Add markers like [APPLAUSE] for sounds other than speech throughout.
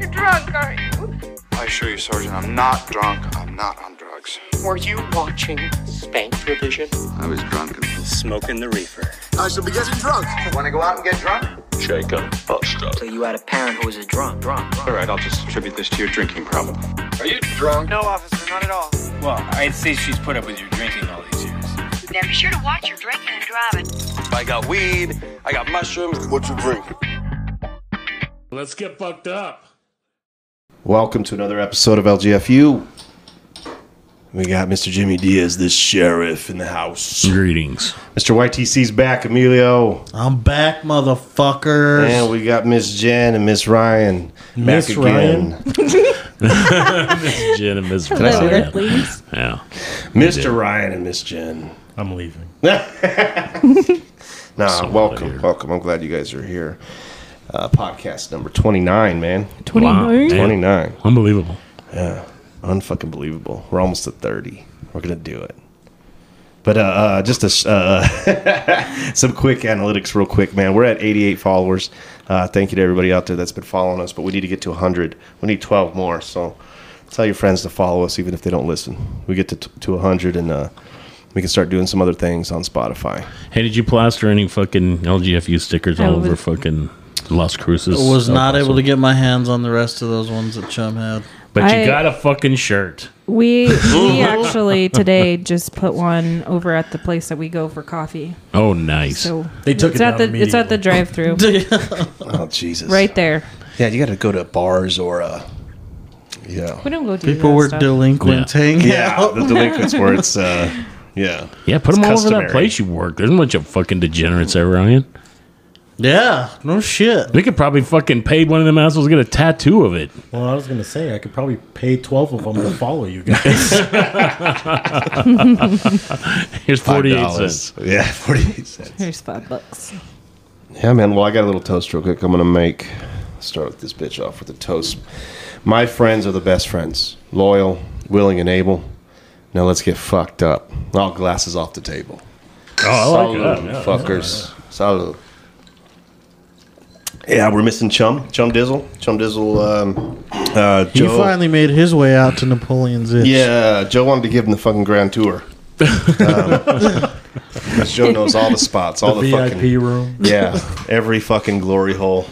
are you? I assure you, Sergeant, I'm not drunk. I'm not on drugs. Were you watching Spank Revision? I was drunk and Smoking the reefer. I should be getting drunk. want to go out and get drunk. Shake up, bust up. So you had a parent who was a drunk, drunk, drunk. All right, I'll just attribute this to your drinking problem. Are you drunk? No, officer, not at all. Well, I'd say she's put up with your drinking all these years. Now be sure to watch your drinking and driving. I got weed. I got mushrooms. What you drink? Let's get fucked up. Welcome to another episode of LGFU. We got Mr. Jimmy Diaz, the sheriff, in the house. Greetings. Mr. YTC's back, Emilio. I'm back, motherfuckers. And we got Miss Jen and Miss Ryan Miss back again. Miss Jen and Miss Hello, Ryan. Earthlings. Yeah. Mr. Ryan and Miss Jen. I'm [LAUGHS] leaving. Nah, So welcome, here. welcome. I'm glad you guys are here. Uh, podcast number 29, man. 29. Damn. 29. Unbelievable. Unfucking believable. We're almost to 30. We're going to do it. But uh, uh, just a, sh- uh, [LAUGHS] some quick analytics, real quick, man. We're at 88 followers. Uh, thank you to everybody out there that's been following us, but we need to get to 100. We need 12 more. So tell your friends to follow us, even if they don't listen. We get to, t- to 100 and uh, we can start doing some other things on Spotify. Hey, did you plaster any fucking LGFU stickers all I was- over fucking Las Cruces? Was not Oh, able so- to get my hands on the rest of those ones that Chum had. But you I- got a fucking shirt. We we actually today just put one over at the place that we go for coffee. Oh, nice. So They took it's it at down the it's at the drive-through Oh, Jesus. right there. Yeah, you got to go to bars or, uh, yeah. We don't go do People that were stuff. delinquent. Yeah. Hang Yeah, [LAUGHS] out. [LAUGHS] the delinquents where it's, [LAUGHS] uh, yeah. yeah, put them all over customary. that place you work. There's a bunch of fucking degenerates there, Ryan. Yeah. No shit. We could probably fucking pay one of them assholes to get a tattoo of it. Well, I was gonna say I could probably pay twelve of them to follow you guys. Here's 48 $5. cents. Yeah, [LAUGHS] 48 cents. Here's five bucks. Yeah, man. Well, I got a little toast real quick. I'm gonna make start this bitch off with a toast. My friends are the best friends, loyal, willing, and able. Now let's get fucked up. All glasses off the table. Oh, I like Salud, that. Yeah. fuckers. Salud. Yeah, we're missing Chum, Chum Dizzle, Chum Dizzle. Um, uh, He Joe. finally made his way out to Napoleon's Itch. Yeah, Joe wanted to give him the fucking grand [LAUGHS] tour. Um, 'cause Joe knows all the spots, all the, VIP fucking room. yeah, [LAUGHS] every fucking glory hole.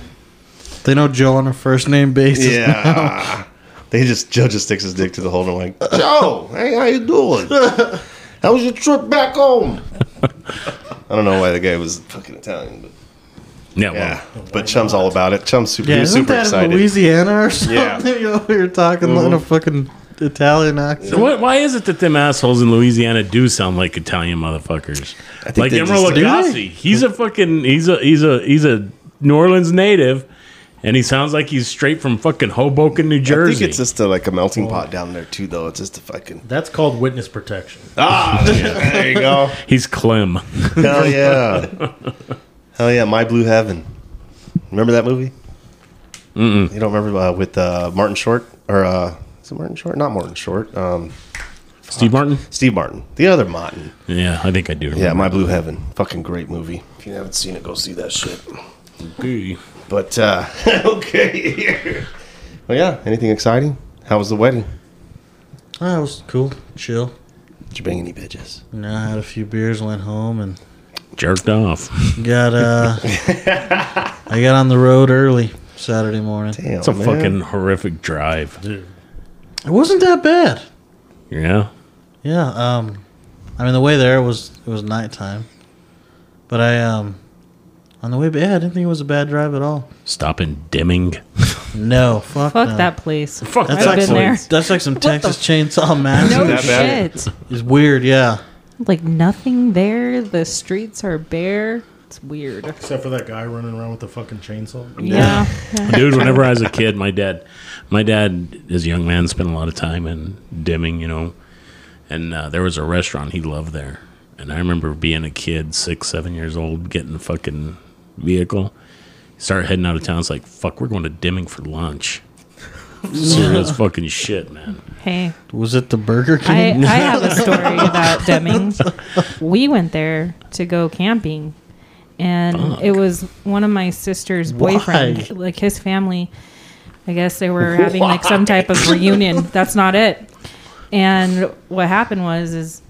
They know Joe on a first name basis. Yeah. they just Joe just sticks his dick to the hole and I'm like, Joe, hey, how you [LAUGHS] doing? How was your trip back home? I don't know why the guy was fucking Italian, but Yeah, well, yeah. But Chum's all about it. Chum's super, Yeah, he was isn't super that excited. in Louisiana or something? [LAUGHS] Yeah. You know, you're talking in a fucking Italian accent. So what, why is it that them assholes in Louisiana do sound like Italian motherfuckers? think Like they Emeril just- Do Lagasse. He's a fucking he's a he's a he's a New Orleans native, and he sounds like he's straight from fucking Hoboken, New I Jersey. think it's just a, like a melting pot down there too, though. It's just a fucking That's called witness protection. ah. [LAUGHS] there you go. he's [LAUGHS] Clem. Hell yeah. Hell yeah. My Blue Heaven. Remember that movie? Mm-mm. You don't remember uh, with uh, Martin Short or uh, is it Martin Short? Not Martin Short. Um, Steve Martin. Steve Martin, the other Martin. Yeah, I think I do. Yeah, My Blue Heaven. Fucking great movie. If you haven't seen it, go see that shit. Hey. But, uh, [LAUGHS] okay. well, yeah, anything exciting? How was the wedding? That was cool. Chill. Did you bang any bitches? You know, I had a few beers, went home, and jerked off. got [LAUGHS] uh, I got on the road early Saturday morning. Damn, It's a Oh, man. fucking horrific drive. It wasn't that bad. Yeah, Yeah. Um, I mean, the way there was it was nighttime, but I um, on the way back, I didn't think it was a bad drive at all. stop in Deming. No, fuck, Fuck no. that place. Fuck I've That's that like been some, there. place. that's like [LAUGHS] some Texas Chainsaw No Massacre. that bad? shit. It's weird, yeah. Like nothing there. The streets are bare. It's weird. Except for that guy running around with the fucking [LAUGHS] chainsaw. Yeah. yeah. dude whenever i was a kid my dad my dad as a young man spent a lot of time in dimming you know and uh, there was a restaurant he loved there and i remember being a kid six seven years old getting a fucking vehicle start heading out of town it's like fuck we're going to dimming for lunch serious fucking shit man Hey, Was it the Burger I, King? I have a story about Deming. We went there to go camping, and it was one of my sister's boyfriend, like his family. I guess they were having like some type of reunion. That's not it. And what happened was is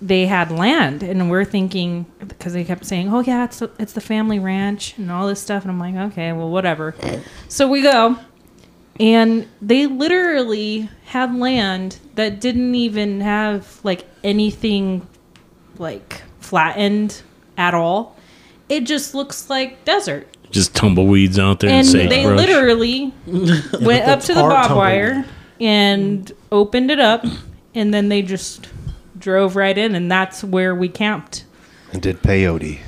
they had land, and we're thinking because they kept saying, "Oh yeah, it's it's the family ranch and all this stuff," and I'm like, "Okay, well whatever." So we go, and they literally had land that didn't even have like anything like flattened at all. It just looks like desert Just tumbleweeds out there and, and sagebrush. [LAUGHS] they literally went up to the part tumbleweed. barbed wire and opened it up, and then they just drove right in, and that's where we camped. And did peyote.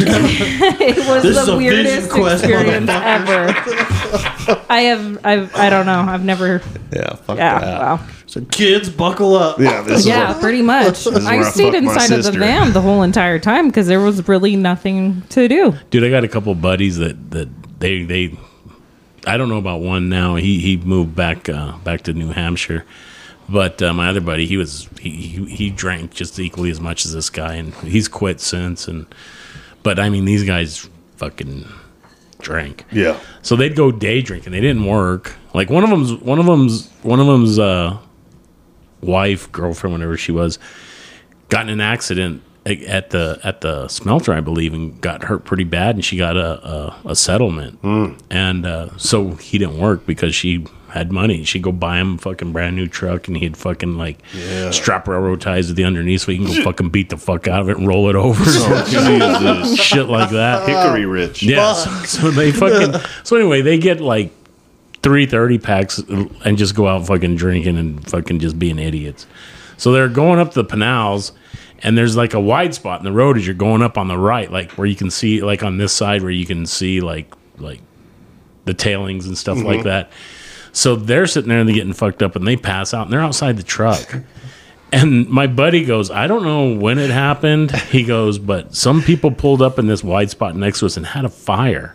it was This is the a vision weirdest quest, experience motherfucker. ever. [LAUGHS] I have, I've, I don't know, I've never. Yeah, fuck yeah, that. wow. So kids, buckle up. Yeah, this yeah, is what, pretty much. this is I where I stayed fucked my inside of the sister. van the whole entire time because there was really nothing to do. Dude, I got a couple buddies that that they they I don't know about one now. He he moved back uh, back to New Hampshire. But uh, my other buddy, he was he, he he drank just equally as much as this guy and he's quit since and but I mean these guys fucking drank. Yeah. So they'd go day drinking. They didn't work. Like one of them's one of them's one of them's uh wife, girlfriend, whatever she was, got in an accident a- at the at the smelter, I believe, and got hurt pretty bad, and she got a a, a settlement. Hmm. And uh, so he didn't work because she had money. She'd go buy him a fucking brand new truck, and he'd fucking like Yeah. strap railroad ties to the underneath so he can go fucking beat the fuck out of it and roll it over, Oh, [LAUGHS] Jesus. shit like that. Hickory Ridge. Yeah. Fuck. So, so they fucking. so anyway, they get like. Three thirty packs and just go out fucking drinking and fucking just being idiots. So they're going up the Pinals, and there's like a wide spot in the road as you're going up on the right, like where you can see, like on this side, where you can see like like the tailings and stuff like Mhm. that. So they're sitting there and they're getting fucked up, and they pass out, and they're outside the truck. And my buddy goes, I don't know when it happened. He goes, but some people pulled up in this wide spot next to us and had a fire.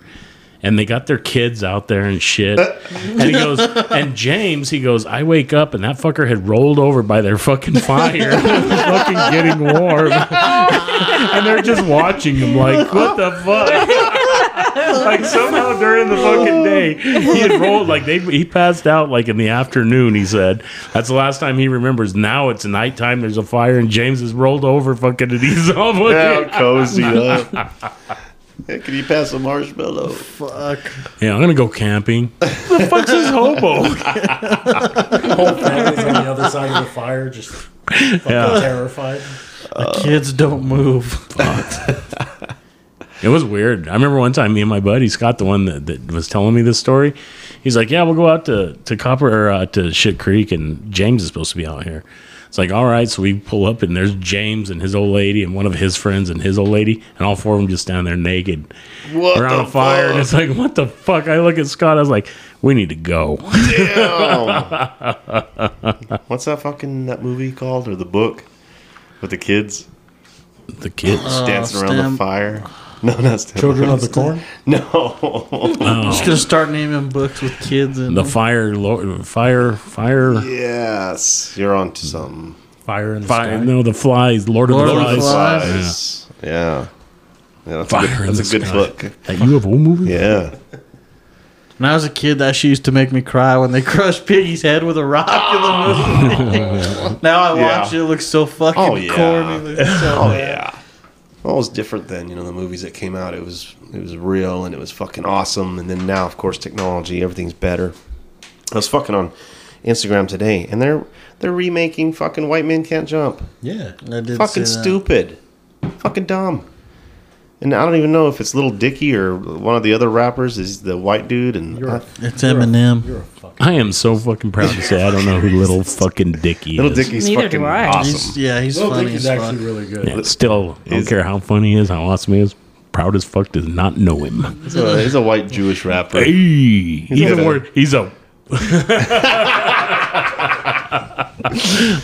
And they got their kids out there and shit. And he goes, and James, he goes, I wake up and that fucker had rolled over by their fucking fire, [LAUGHS] fucking getting warm. [LAUGHS] and they're just watching him like, what the fuck? [LAUGHS] like somehow during the fucking day, he had rolled like they he passed out like in the afternoon. He said that's the last time he remembers. Now it's nighttime. There's a fire and James is rolled over fucking and he's [LAUGHS] all fucking [LAUGHS] Yeah, cozy up. Yeah, can you pass a marshmallow? Fuck. Yeah, I'm gonna go camping. the fuck's this hobo? Whole families on the other side of the fire, just fucking Yeah. terrified. Uh, Kids don't move. It was weird. I remember one time, me and my buddy Scott, the one that, that was telling me this story, he's like, "Yeah, we'll go out to to Copper or uh, to Shit Creek, and James is supposed to be out here." It's like, all right, so we pull up, and there's James and his old lady, and one of his friends and his old lady, and all four of them just down there naked What around the a fire, and it's like, what the fuck? I look at Scott, I was like, we need to go. [LAUGHS] What's that fucking that movie called or the book with the kids? The kids Uh, dancing around Stem- the fire. [LAUGHS] No, not Stem- [LAUGHS] Children of the Corn? No. I'm just gonna start naming books with kids and Oh. The fire, lo- fire, fire. Yes, you're on to something. Fire in the Fire, sky. no, the flies, Lord, of the Flies. Flies. Yeah. yeah. that's a Fire good, in that's the a good sky. book. That UFO movie? Yeah. When I was a kid, that shit used to make me cry when they [LAUGHS] crushed Piggy's head with a rock in the [LAUGHS] movie. now I watch Yeah. it, it looks so fucking Oh yeah. corny. It looks so [LAUGHS] oh bad. yeah. Well, it was different then. You know, the movies that came out, it was it was real and it was fucking awesome. And then now, of course, technology, everything's better. I was fucking on Instagram today, and they're they're remaking fucking White Men Can't Jump. Yeah, I did fucking see that. stupid, fucking dumb. And I don't even know if it's Little Dicky or one of the other rappers is the white dude. And I- It's Eminem. I am so fucking proud to say I don't know who [LAUGHS] little fucking Dicky Little is. Dicky's Neither do fucking I. awesome. He's- yeah, he's Little funny Dicky's as actually fuck. really good. Yeah, still, I don't care how funny he is, how awesome he is. Proud as fuck does not know him. he's, a, he's a white Jewish rapper. Hey, he's like a a- word. He's a. [LAUGHS] I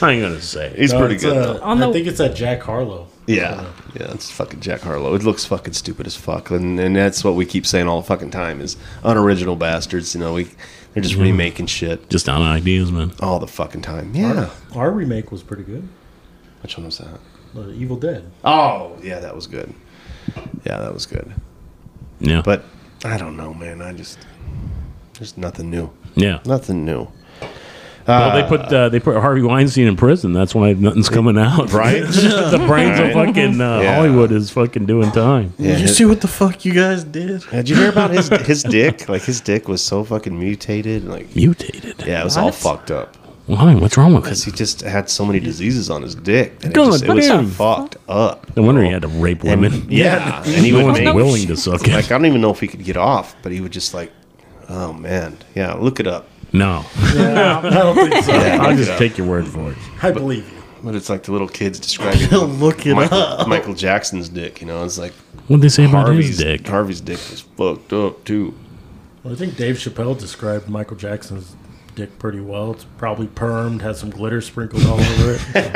ain't gonna say. He's No, pretty it's, good. uh, though. I think it's that Jack Harlow. Yeah, yeah, it's fucking Jack Harlow. It looks fucking stupid as fuck, and and that's what we keep saying all the fucking time is unoriginal bastards. You know, we they're just Mhm. remaking shit Just on ideas, man. all the fucking time. Our- Yeah, Our, remake was pretty good. which one was that? The Evil Dead. Oh, yeah, that was good. Yeah, that was good. Yeah, but I don't know, man. I just there's nothing new. Yeah, nothing new. well, they put uh, they put Harvey Weinstein in prison. That's why nothing's coming out, [LAUGHS] Right? [LAUGHS] the brains of Right. fucking uh, Yeah. Hollywood is fucking doing time. Did you see [LAUGHS] what the fuck you guys did? [LAUGHS] Did you hear about his [LAUGHS] his dick? Like his dick was so fucking mutated, like mutated. Yeah, it was all What? fucked up. Why? What's wrong with it? Because he just had so many diseases on his dick. that It, God just, it was damn. fucked up. No wonder he had to rape women. Yeah, and he no would one's make- willing to suck Like it. I don't even know if he could get off, but he would just like, oh man, yeah, look it up. [LAUGHS] No, [LAUGHS] Yeah, [LAUGHS] I don't think so. Yeah, I'll look just it up. take your word for it. I believe you. But it's like the little kids describing Look it Michael, up. Michael Jackson's dick. You know, it's like What'd they say about his Harvey's dick? Harvey's dick was fucked up too. Well, I think Dave Chappelle described Michael Jackson's dick pretty well. It's probably permed, has some glitter sprinkled all over [LAUGHS] it.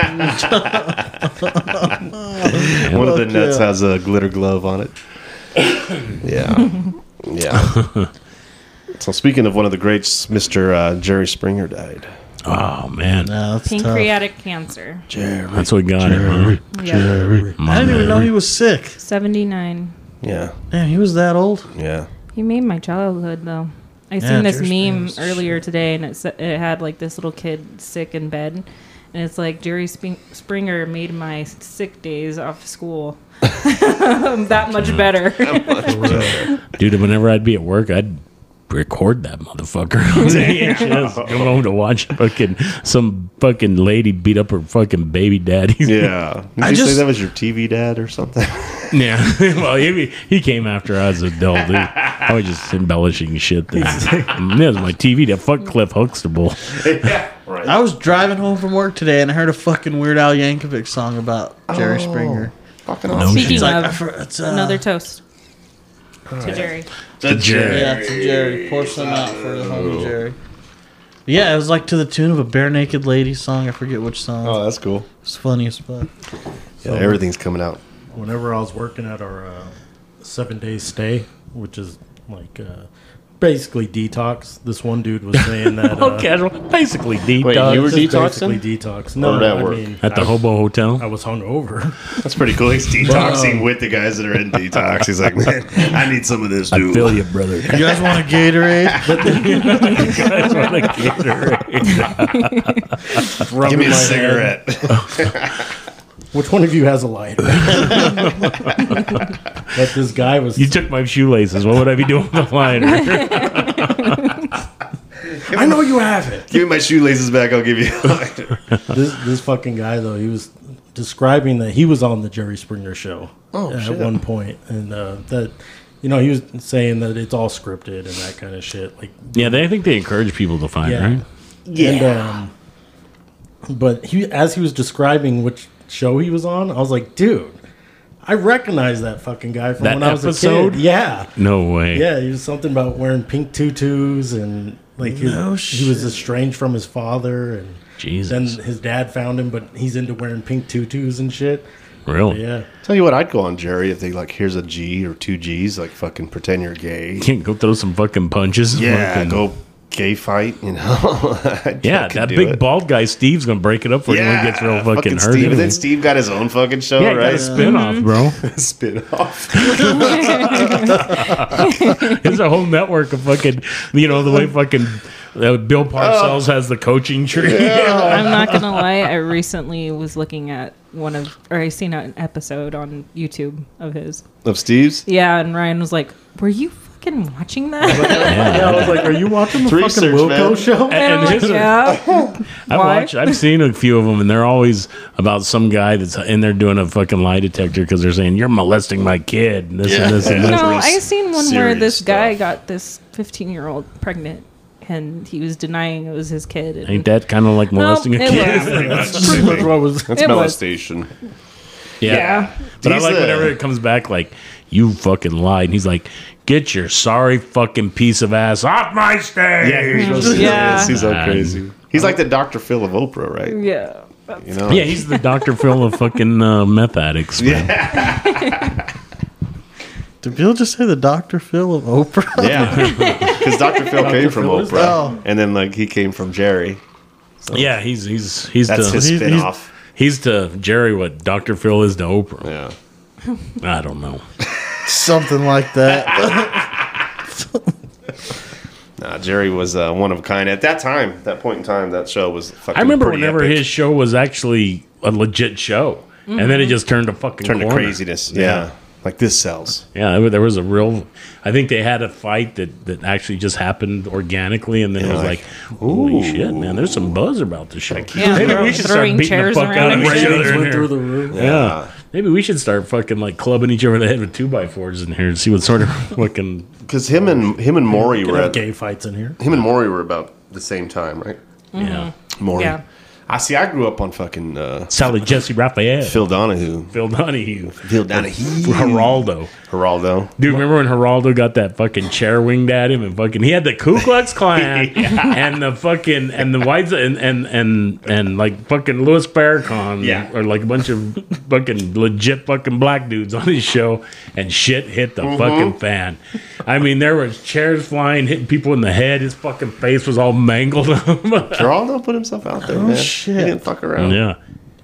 One of the Fuck nuts yeah. has a glitter glove on it. Yeah, yeah. so speaking of one of the greats, Mister uh, Jerry Springer died. Oh man, Pancreatic cancer. Jerry. That's what got him, huh? Yeah. Jerry. I didn't even know he was sick. 79. Yeah. Damn, he was that old. Yeah. He made my childhood though. I Yeah, seen this Jerry meme Springer's earlier today, and it sa- it had like this little kid sick in bed, and it's like Jerry Spring- Springer made my sick days off school [LAUGHS] that Mm. much [LAUGHS] better. Dude, whenever I'd be at work, I'd record that motherfucker. [LAUGHS] [LAUGHS] Damn. Just Come home to watch fucking some fucking lady beat up her fucking baby daddy. Yeah. Did you say that was your TV dad or something? Yeah. [LAUGHS] well, he, he came after I was an adult. Dude. I was just embellishing [LAUGHS] shit. That, that was my TV dad. Fuck Cliff Huxtable. I was driving home from work today and I heard a fucking Weird Al Yankovic song about Jerry Oh, Springer. Fucking awesome. Speaking It's like, I of, for- it's, uh, another toast to Alright. [LAUGHS] Jerry. To Jerry. Yeah, to Jerry. Pour some out for the homie Jerry. Yeah, it was like to the tune of a bare naked lady song. I forget which song. [LAUGHS] Oh, that's cool. It's funny as fuck. Yeah, everything's coming out. Whenever I was working at our uh, seven day stay, which is like uh, basically detox, this one dude was [LAUGHS] saying that. Oh, uh, casual. Basically detox. Just Basically detox. No, Or at I work? mean, At the I- Hobo Hotel? I was hungover. That's pretty cool. He's detoxing detoxing with the guys that are in detox. He's like, man, I need some of this, I dude. feel [LAUGHS] you, brother. You guys want a Gatorade? [LAUGHS] guys want a Gatorade? [LAUGHS] Give me Rubbing a my [LAUGHS] cigarette. Which one of you has a [LAUGHS] lighter? [LAUGHS] that this guy was. You took my shoelaces. What would I be doing with a [LAUGHS] liner? I know you have it. give me my shoelaces back. I'll give [LAUGHS] you. this this fucking guy though, he was describing that he was on the Jerry Springer show Oh, at shit. one point, and uh, that you know he was saying that it's all scripted and that kind of shit. Like yeah, they, I think they encourage people to find, Yeah. right? And, um, but he, as he was describing which show he was on, I was like, dude, I recognize that fucking guy from That when I was a episode? kid. Yeah, No way. yeah, he was something about wearing pink tutus and like his, No he was estranged from his father and Jesus. then his dad found him, but he's into wearing pink tutus and shit. Really? Yeah. Tell you what, I'd go on Jerry if they like, here's a G or two G's, like fucking pretend you're gay. Can't go throw some fucking punches. Yeah, Fucking- go gay fight. You know. [LAUGHS] Yeah, that big ball. bald guy Steve's gonna break it up for you when he gets real fucking, hurt. Steve. And then Steve got his own fucking show, yeah, he got right? a spin off, bro. Mm-hmm. [LAUGHS] spin off. [LAUGHS] [LAUGHS] There's a whole network of fucking, you know, the way fucking uh, Bill Parcells Oh. has the coaching tree. [LAUGHS] I'm not gonna lie. I recently was looking at one of, or I seen an episode on YouTube of his. Of Steve's? Yeah, and Ryan was like, "Were you fucking [LAUGHS] watching that?" Yeah. I was like, are you watching the It's fucking research, Wilco man. show? And- and I'm like, his- yeah. I've Why? watched, I've seen a few of them, and they're always about some guy that's in there doing a fucking lie detector because they're saying you're molesting my kid, and this Yeah. and this and this. No, real I seen one where serious this guy got this 15 year old pregnant, and he was denying it was his kid. and- Ain't that kind of like No, molesting a it kid? was. That's pretty much what was- That's It was. molestation. [LAUGHS] Yeah. Yeah. But I He's like the- whenever it comes back, like, you fucking lied. And he's like, get your sorry fucking piece of ass off my stage. Yeah, he goes Yeah. yeah. He's so Nah. crazy. He's like the Dr. Phil of Oprah, right? Yeah. You know? Yeah, he's the Dr. Phil of fucking uh, meth addicts. Man. Did Bill just say the Dr. Phil of [LAUGHS] Oprah? [LAUGHS] Yeah. Because Dr. Phil came from Phil is- Oprah. Oh. And then like he came from Jerry. Yeah, he's he's he's That's the, his he's, spin off. he's to Jerry what Dr. Phil is to Oprah. Yeah. I don't know. [LAUGHS] Something like that. Nah, Jerry was uh, one of a kind. At that time, that point in time, that show was. Fucking I remember pretty whenever epic. his show was actually a legit show, and then it just turned to Mm-hmm. fucking Turned to corner. craziness, yeah. Like this sells. Yeah, there wa- there was a real. I think they had a fight that that actually just happened organically, and then it Yeah, was like, like, holy shit, man! There's some buzz about this show. Yeah, Maybe throw- we should start throwing beating the chairs fuck out around of each each other. other. in Went here. through the roof. Yeah. Yeah. maybe we should start fucking like clubbing each other in the head with two by fours in here and see what sort of [LAUGHS] fucking. Because him and him and Maury Could were have at- gay fights in here. Him and Maury were about the same time, right? Mhm. Yeah. Maury. Yeah. I see. I grew up on fucking uh, Sally Jesse Raphael, Phil Donahue, Phil Donahue, Phil Donahue, Geraldo, Geraldo. Dude, remember when Geraldo got that fucking chair winged at him and fucking he had the Ku Klux Klan and the fucking and the whites and and and, and like fucking Louis Farrakhan Yeah. or like a bunch of fucking legit fucking black dudes on his show and shit hit the Mhm. fucking fan. I mean, there was chairs flying, hitting people in the head. His fucking face was all mangled [LAUGHS] up. Geraldo put himself out there, Oh, man. shit. He didn't fuck around. Yeah.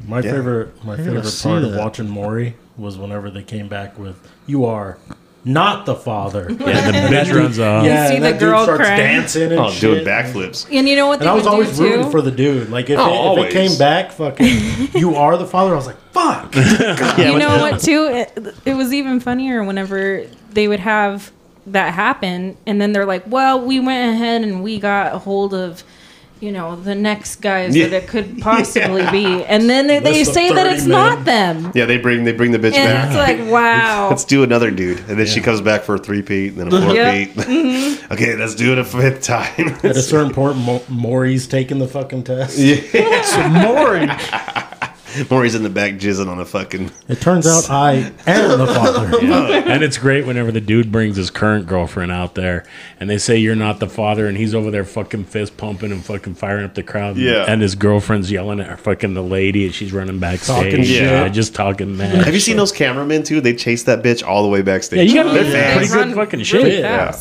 My Yeah. favorite, my I gotta favorite see part of that. watching Maury was whenever they came back with "You are not the father." [LAUGHS] Yeah, the bitch runs off. Yeah, You see and the that dude girl starts crying. dancing and Oh, shit. doing backflips. And you know what they And I was would always do too? rooting for the dude. Like if, Oh, it, if always. it came back, fucking, you are the father. I was like, fuck. you know what too it, it was even funnier whenever they would have that happen and then they're like well we went ahead and we got a hold of you know the next guys Yeah. that [LAUGHS] it could possibly be and then they, That's they the say that 30 it's men. not them Yeah, they bring they bring the bitch and back. [LAUGHS] it's like wow Let's do another dude, and then she comes back for a three peat, and then a four Yep. peat. [LAUGHS] okay, let's do it a fifth time. At a certain point, Mo- Maury's taking the fucking test. Yeah. So Maury. [LAUGHS] Maury's in the back jizzing on a fucking. It turns out I am the [LAUGHS] father. Uh, and it's great whenever the dude brings his current girlfriend out there and they say you're not the father and he's over there fucking fist pumping and fucking firing up the crowd Yeah. and his girlfriend's yelling at her fucking the lady and she's running backstage Talking shit. yeah just talking mad Have you seen those cameramen too? They chase that bitch all the way backstage. yeah you gotta They're be fast. pretty good fucking shit Yeah.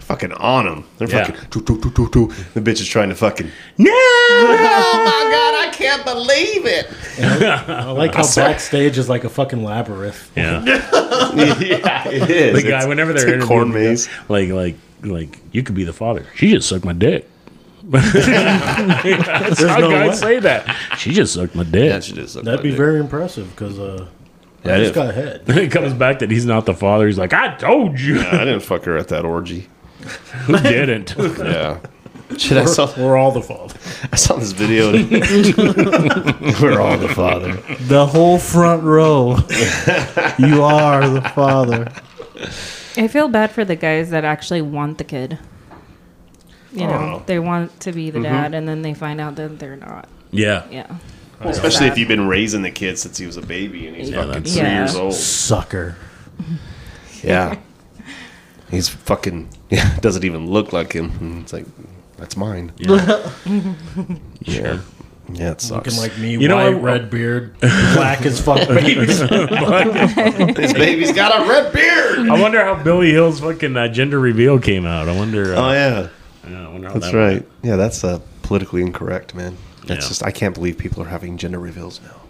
Fucking on them. They're Yeah. fucking. Doo, doo, doo, doo, doo. The bitch is trying to [LAUGHS] fucking. Oh my god, I can't believe it. I like how backstage is like a fucking labyrinth. [LAUGHS] Yeah. yeah, it is. the guy It's- uh, whenever it's they're a interviewing corn the guy, maze. like like like you could be the father she just sucked my dick that's There's how no guys way. say that she just sucked my dick yeah she just sucked That'd be very impressive because uh, I That just is- got ahead. [LAUGHS] it comes back that he's not the father. He's like, I told you. [LAUGHS] Yeah, I didn't fuck her at that orgy. Who didn't? [LAUGHS] Yeah. [LAUGHS] Shit, I We're- saw We're all the father. I saw this video. and- We're all the father. The whole front row. you are the father. i feel bad for the guys that actually want the kid you know Oh. they want to be the Mhm. Mm-hmm. dad and then they find out that they're not Yeah. yeah Well, especially if you've been raising the kid since he was a baby and he's Yeah, fucking that's- three Yeah. years old. Sucker. Yeah. He's fucking. Yeah, [LAUGHS] doesn't even look like him. And It's like that's mine. Yeah. Yeah. Yeah, it sucks. [LAUGHS] Looking like me, white, red [LAUGHS] beard, black as fuck babies. This baby's got a red [LAUGHS] beard. I wonder how Billy Hill's fucking uh, gender reveal came out. I wonder. Uh, Oh, yeah. I wonder how That's that went. right. Yeah, that's uh, politically incorrect, man. That's Yeah. just I can't believe people are having gender reveals now.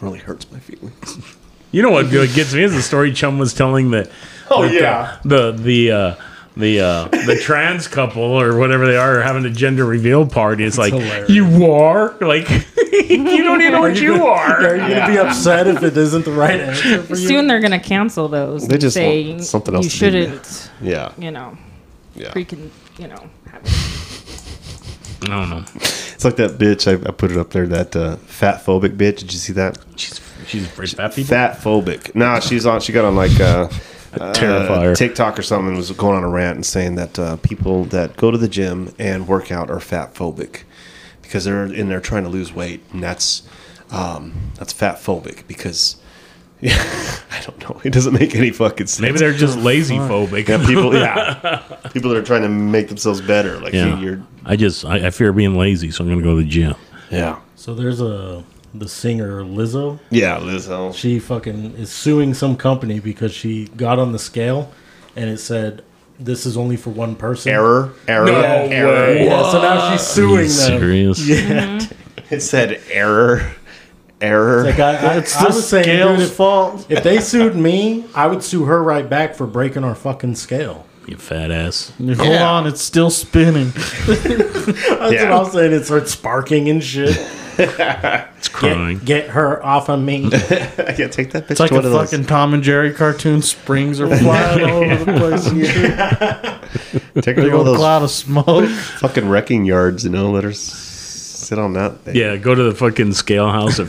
Really hurts my feelings. You know what good gets me is the story Chum was telling that. Oh, that the- yeah. The the. uh, the uh, the trans couple or whatever they are, are having a gender reveal party. It's like hilarious. you are like [LAUGHS] you don't even know what [LAUGHS] [LAUGHS] you are. Are you gonna be upset if it isn't the right answer for you? soon they're gonna cancel those They and just say want something else to you do. shouldn't Yeah. you know Yeah. freaking you know have I don't know. It's like that bitch. I, I put it up there. That uh, fat phobic bitch. Did you see that? She's she's afraid of fat people. Fat phobic. Nah, she's on. She got on like [LAUGHS] uh, uh, Terrifier. TikTok or something. and Was going on a rant and saying that uh, people that go to the gym and work out are fat phobic because they're in there trying to lose weight, and that's um, that's fat phobic because. [LAUGHS] I don't know. It doesn't make any fucking sense. Maybe they're just lazy phobic. [LAUGHS] Yeah, [LAUGHS] people. Yeah, people that are trying to make themselves better. Like Yeah. you- you're. I just I, I fear being lazy, so I'm gonna go to the gym. Yeah. So there's a the singer Lizzo. Yeah, Lizzo. She fucking is suing some company because she got on the scale and it said this is only for one person. Error, error, Yeah. error. Yeah, so now she's Are you suing them. serious? Yeah. It said error, error. Like I, I, [LAUGHS] It's I the was saying, scale's dude, if, if they sued me, I would sue her right back for breaking our fucking scale. You fat ass. Hold on, it's still spinning. That's Yeah. what I'm saying. It starts sparking and shit. it's crying. Get her off of [LAUGHS] [LAUGHS] me. yeah, take that bitch. It's like a fucking Tom and Jerry cartoon. Springs are flying all over the [LAUGHS] place. And shit. Take her Big to one old of cloud of smoke. [LAUGHS] fucking wrecking yards, you know. Let her s- sit on that thing. Yeah, go to the fucking scale house at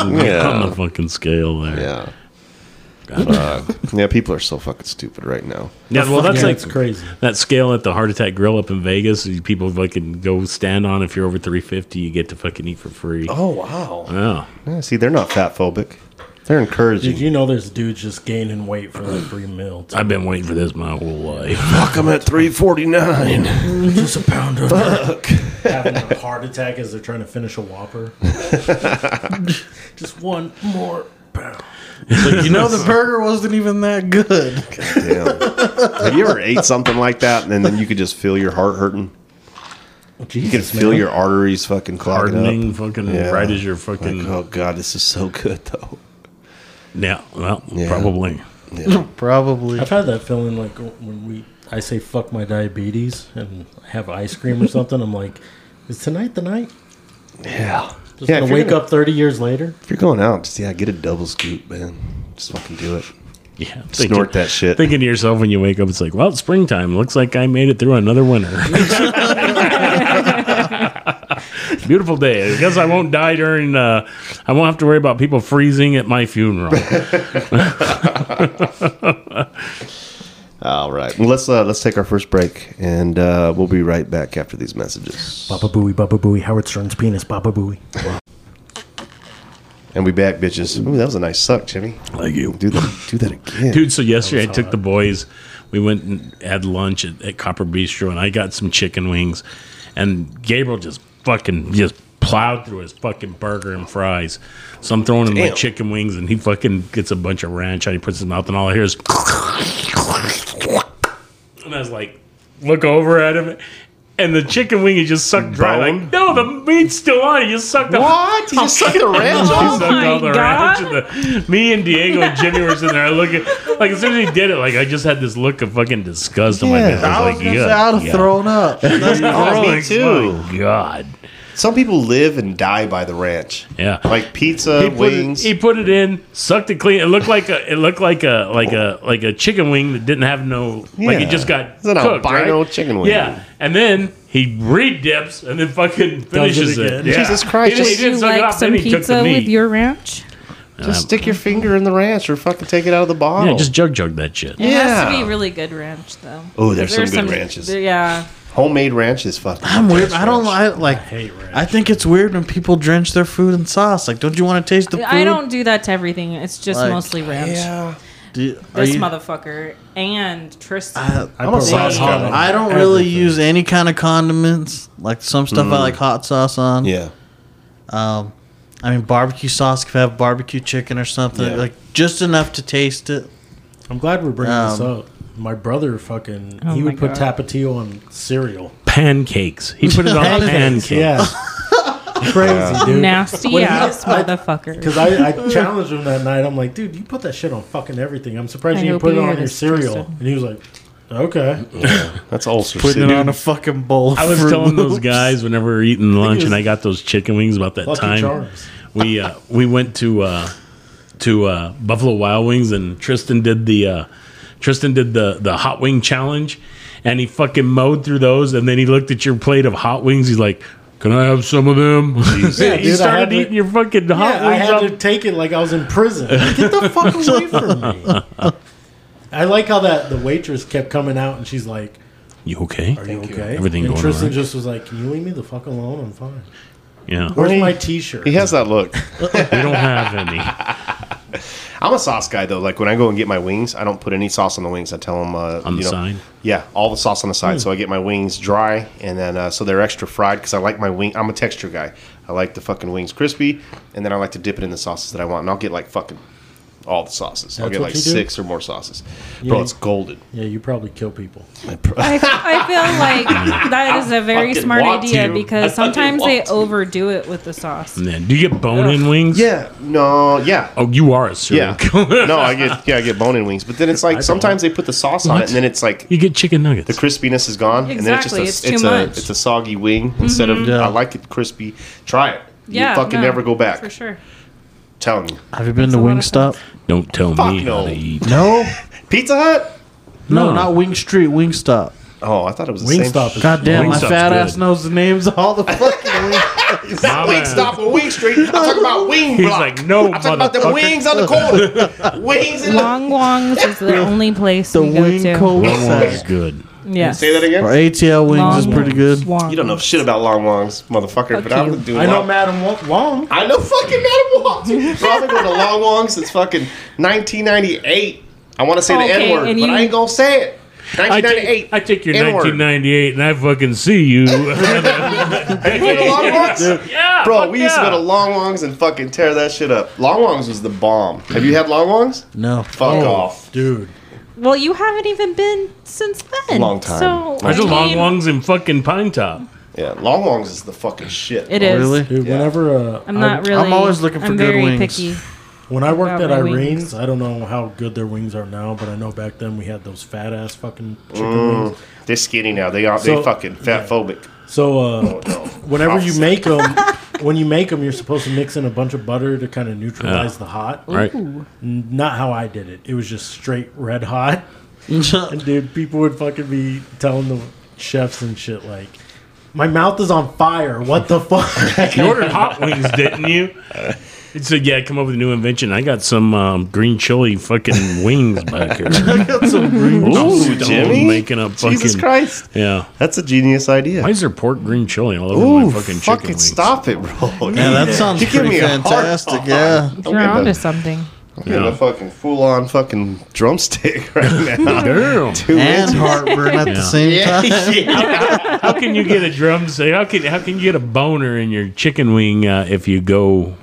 [LAUGHS] and get Yeah. on the fucking scale there. Yeah. God. Fuck. yeah, people are so fucking stupid right now. Yeah, well, that's like crazy. That scale at the Heart Attack Grill up in Vegas, you- people fucking go stand on. If you're over 350, you get to fucking eat for free. Oh, wow. Yeah. Yeah, see, they're not fat phobic. They're encouraging. Did you know there's dudes just gaining weight for like free meal? I've been waiting for this my whole life. Fuck, I'm at 349. just a pound of Fuck. having a heart attack as they're trying to finish [LAUGHS] a Whopper. just one more pound. But you know the burger wasn't even that good. Damn. Have you ever ate something like that and then you could just feel your heart hurting? you can Jesus, feel man. your arteries fucking clogging Hardening up. fucking right as you're fucking- Like, oh god, this is so good though. Yeah, well, probably. Yeah. Probably. I've had that feeling like when we I say fuck my diabetes and have ice cream or something. I'm like, is tonight the night? Yeah. Just Yeah, if gonna you're wake gonna- up 30 years later. If you're going out, just yeah, get a double scoop, man. Just fucking do it. Yeah, Snort that shit. Thinking to yourself when you wake up, it's like, well, it's springtime. Looks like I made it through [LAUGHS] another winter. Beautiful day. I guess I won't die during. Uh, I won't have to worry about people freezing at my [LAUGHS] funeral. All right. Well, let's uh, let's take our first break and uh, we'll be right back after these messages. Baba booey, baba booey, Howard Stern's penis, baba booey. And we back, bitches. Ooh, that was a nice suck, Jimmy. Like you. Do that do that again. Dude, so yesterday I took the boys. We went and had lunch at, at Copper Bistro, and I got some chicken wings. And Gabriel just fucking just plowed through his fucking burger and fries. So I'm throwing him my Damn. chicken wings, and he fucking gets a bunch of ranch out. He puts his mouth, and all I hear is. And I was like, look over at him. And the chicken wing is just sucked dry. Like, no, the meat's still on. it. You sucked the What? You sucked the ranch [LAUGHS] He off? sucked Oh my all the God. ranch and the, me and Diego and Jimmy were sitting there looking. Like as soon as he did it, like I just had this look of fucking disgust on my face. I was like, gonna "Yuck, say, I'd have yuck." [LAUGHS] thrown up. That's Oh, me gross. too. God. Some people live and die by the ranch. Yeah. Like pizza, He put, it, wings. he put it in, sucked it clean. It looked like a, it looked like a, like a, like a chicken wing that didn't have no, Yeah. like it just got It's an cooked, albino right? chicken wing. Yeah, and then he re-dips and then fucking finishes it. again. Yeah. Jesus Christ, He just- didn't- he Would didn't you suck it like off, then some he took the pizza with meat. your ranch? Just stick your finger in the ranch or fucking take it out of the bottle. Um, Yeah, just jug jug that shit. It has to Yeah. be really good ranch, though. Oh, there's some good ranches. there- yeah. Homemade ranch is fucking. I'm weird. I don't I, like. I, think it's weird when people drench their food in sauce. Like, don't you want to taste the food? I don't do that to everything. It's just Like, mostly ranch. yeah. Do you- are This you- motherfucker and Tristan. Uh, I, I don't really use any kind of condiments. Like some stuff I Mm. like hot sauce on. Yeah. Um, I mean barbecue sauce. If I have barbecue chicken or something, Yeah. like just enough to taste it. I'm glad we're bringing this Um, up. My brother fucking, Oh he my would put God. Tapatio on cereal. Pancakes. He put it on pancakes. Yeah. [LAUGHS] Crazy, Yeah. dude. Nasty When he- ass I- motherfucker. Because I, I challenged him that night. I'm like, dude, you put that shit on fucking everything. I'm surprised I you didn't hope put it you on hear your this, cereal. Tristan. And he was like, okay. That's ulcer. Putting Dude, it on a fucking bowl. Of I was Fruit telling those Loops. guys whenever we were eating lunch, it and was I got those chicken wings about that Lucky time. Charms. We uh, we went to uh, to uh, Buffalo Wild Wings, and Tristan did the uh, Tristan did the the hot wing challenge, and he fucking mowed through those, and then he looked at your plate of hot wings. He's like, "Can I have some of them?" [LAUGHS] Yeah, [LAUGHS] he dude, I had started to- eating your fucking hot yeah, I wings. had up. to take it like I was in prison. [LAUGHS] Get the fuck away from me. [LAUGHS] I like how that the waitress kept coming out and she's like, You okay? Are you okay? Everything and going Tristan alright? just was like, Can you leave me the fuck alone? I'm fine. Yeah. Where's my t shirt? He has that look. we don't have [LAUGHS] any. I'm a sauce guy though. Like when I go and get my wings, I don't put any sauce on the wings. I tell them uh, On the you know, side? Yeah, all the sauce on the side. Hmm. So I get my wings dry, and then uh, so they're extra fried because I like my wing. I'm a texture guy. I like the fucking wings crispy, and then I like to dip it in the sauces that I want. And I'll get like fucking all the sauces. I'll That's get what like you do? six or more sauces. Yeah, Bro, you- it's golden. Yeah, you probably kill people. I, I feel [LAUGHS] like that is a very fucking smart want idea to. [LAUGHS] I because fucking sometimes they want to. overdo it with the sauce. And then, do you get bone in wings? Yeah. No. Yeah. Oh, you are a Yeah. [LAUGHS] serial no, I get yeah, I get bone in wings, but then it's like sometimes they put the sauce on What? it, and then it's like you get chicken nuggets. The crispiness is gone, and then it's just a, Exactly, it's, it's too a much. it's a soggy wing instead of Mhm. Yeah. I like it crispy. Try it. yeah, you fucking no, never go back. for sure. Telling you. Have you been to Wingstop? Don't tell Fuck me no. how to eat. No, Pizza Hut. no, [LAUGHS] not Wing Street. Wingstop. Oh, I thought it was the same. Wingstop. God damn, my fat ass knows the names of [LAUGHS] all the fucking. [LAUGHS] It's not Wingstop or Wing Street. I'm talking about wing He's block. like, no, I'm talking about the motherfucker. wings on the corner. wings in [LAUGHS] the. Long Wong's is the only place we go to. Long Wong's is good. Yeah. Say that again. Or ATL wings is Long pretty good. You don't know shit about long wongs, motherfucker. but Fuck I'm you. the dude. I know Long- Madam Wong. Wong. I know fucking Madam Wong. dude. Bro, I've been going to Long Wong since fucking 1998. I want to say the Oh, Okay, N word, and but you- I ain't gonna say it. I 1998. take, I take your N-word. 1998 and I fucking [LAUGHS] see you. [LAUGHS] Have you been to Long Wongs? Yeah, [LAUGHS] Bro, fuck we used to go yeah. to Long Wongs and fucking tear that shit up. Long Wongs was the bomb. Have you had Long Wongs? No. Oh, Fuck off. Dude. Well, you haven't even been since then. Long time. So There's I a long mean, longs in fucking Pine Top. Yeah, Long Wongs is the fucking shit. It is. Really? Dude, whenever uh, I'm not I- really. I'm always looking for I'm good very wings. Picky. when I worked at about my wings. Irene's, I don't know how good their wings are now, but I know back then we had those fat ass fucking chicken Mm, wings. they're skinny now. They are So- they fucking fat phobic. So uh, whenever you Obviously. [LAUGHS] make them, when you make them, you're supposed to mix in a bunch of butter to kind of neutralize Yeah. the hot. Right. N- Not how I did it. It was just straight red hot. [LAUGHS] [LAUGHS] and dude, people would fucking be telling the chefs and shit like, "My mouth is on fire. What [LAUGHS] the [LAUGHS] fuck?" You ordered hot wings, didn't [LAUGHS] you? It said, yeah, come up with a new invention. I got some um, green chili fucking wings back here. [LAUGHS] I got some green Ooh, Jimmy. Making up fucking. Jesus Christ. Yeah. That's a genius idea. Why is there pork green chili all over Ooh, my fucking chicken fucking wings? stop it, bro. Yeah, that sounds You give pretty me a heart fantastic. on. Yeah. I'm You're getting onto a- something. I'm getting Yeah. a fucking full on fucking drumstick [LAUGHS] right now. Damn. Two And inches. heartburn at the same Yeah, time. How can you get a drum say? How can how can you get a boner in your chicken wing uh, if you go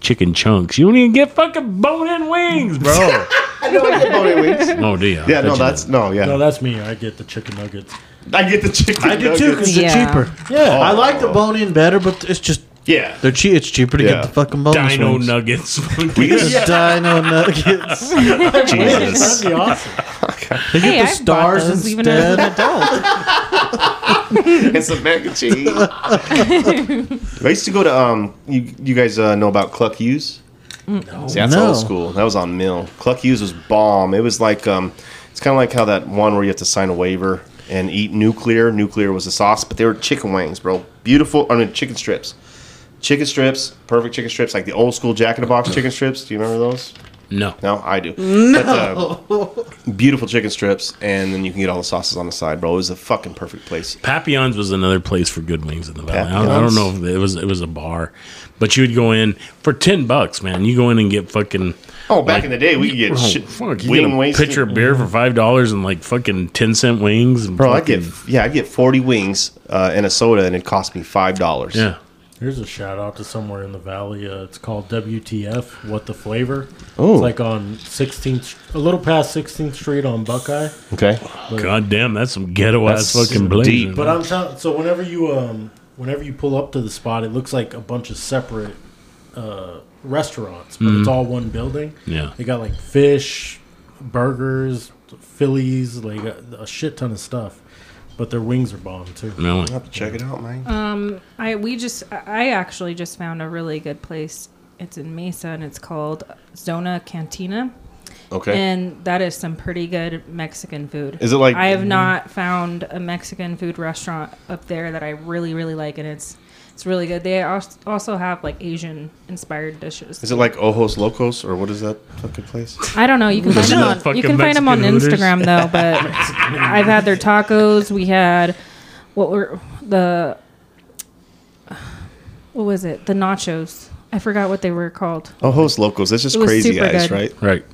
chicken chunks? You don't even get fucking bone in wings, [LAUGHS] bro. I know I get bone wings. oh dear. Yeah, no, that's no, yeah. no, that's me. I get the chicken nuggets. I get the chicken. [LAUGHS] I do too because Yeah. they're cheaper. Yeah. I like the bone in better, but it's just Yeah. they're cheap. It's cheaper to Yeah. get the fucking bone. Dino wings. nuggets. [LAUGHS] Just dino [LAUGHS] nuggets. Jesus. [LAUGHS] That'd be awesome. They Hey, get the I've bought stars those even as an instead. adult. It's a mac and cheese. I used to go to um you you guys uh, know about Cluck Hughes? No. See, that's No. old school. That was on Mill. Cluck Hughes was bomb. It was like um it's kinda like how that one where you have to sign a waiver and eat nuclear. Nuclear was the sauce, but they were chicken wings, bro. Beautiful I mean chicken strips. Chicken strips, perfect chicken strips, like the old school Jack in the Box chicken strips. Do you remember those? no. No, I do. No. beautiful chicken strips, and then you can get all the sauces on the side, bro. It was a fucking perfect place. Papillon's was another place for good wings in the valley. I don't, I don't Papillon's? know if it was it was a bar, but you would go in for ten bucks, man. You go in and get fucking. Oh, back like- in the day, we could get Oh, shit. fuck, you wing get a wings. pitcher of beer for five dollars and like fucking ten cent wings. And Bro, I fucking- get yeah, I get forty wings uh, and a soda, and it cost me five dollars. yeah. Here's a shout out to somewhere in the valley. Uh, it's called WTF. What the flavor? Oh. it's like on 16th, a little past 16th Street on Buckeye. Okay. God damn, that's some ghetto ass That's fucking deep. place. But I'm telling. So whenever you um, whenever you pull up to the spot, it looks like a bunch of separate uh, restaurants, but it's all one building. Mm. Yeah. they got like fish, burgers, Phillies, like a, a shit ton of stuff. But their wings are bomb too. No, I'll have to check it out, man. Um, I we just I actually just found a really good place. It's in Mesa and it's called Zona Cantina. Okay. And that is some pretty good Mexican food. Is it like- Mm-hmm. I have not found a Mexican food restaurant up there that I really really like, and it's it's really good. They als- also have like Asian inspired dishes. Is it like Ojos Locos or what is that fucking [LAUGHS] place? I don't know. You can find Isn't them that on, fucking you can find them on Mexican Hooters? Instagram though. But [LAUGHS] I've had their tacos. We had what were the what was it? The nachos. I forgot what they were called. Ojos Locos. That's just It was crazy super eyes, good. right? right.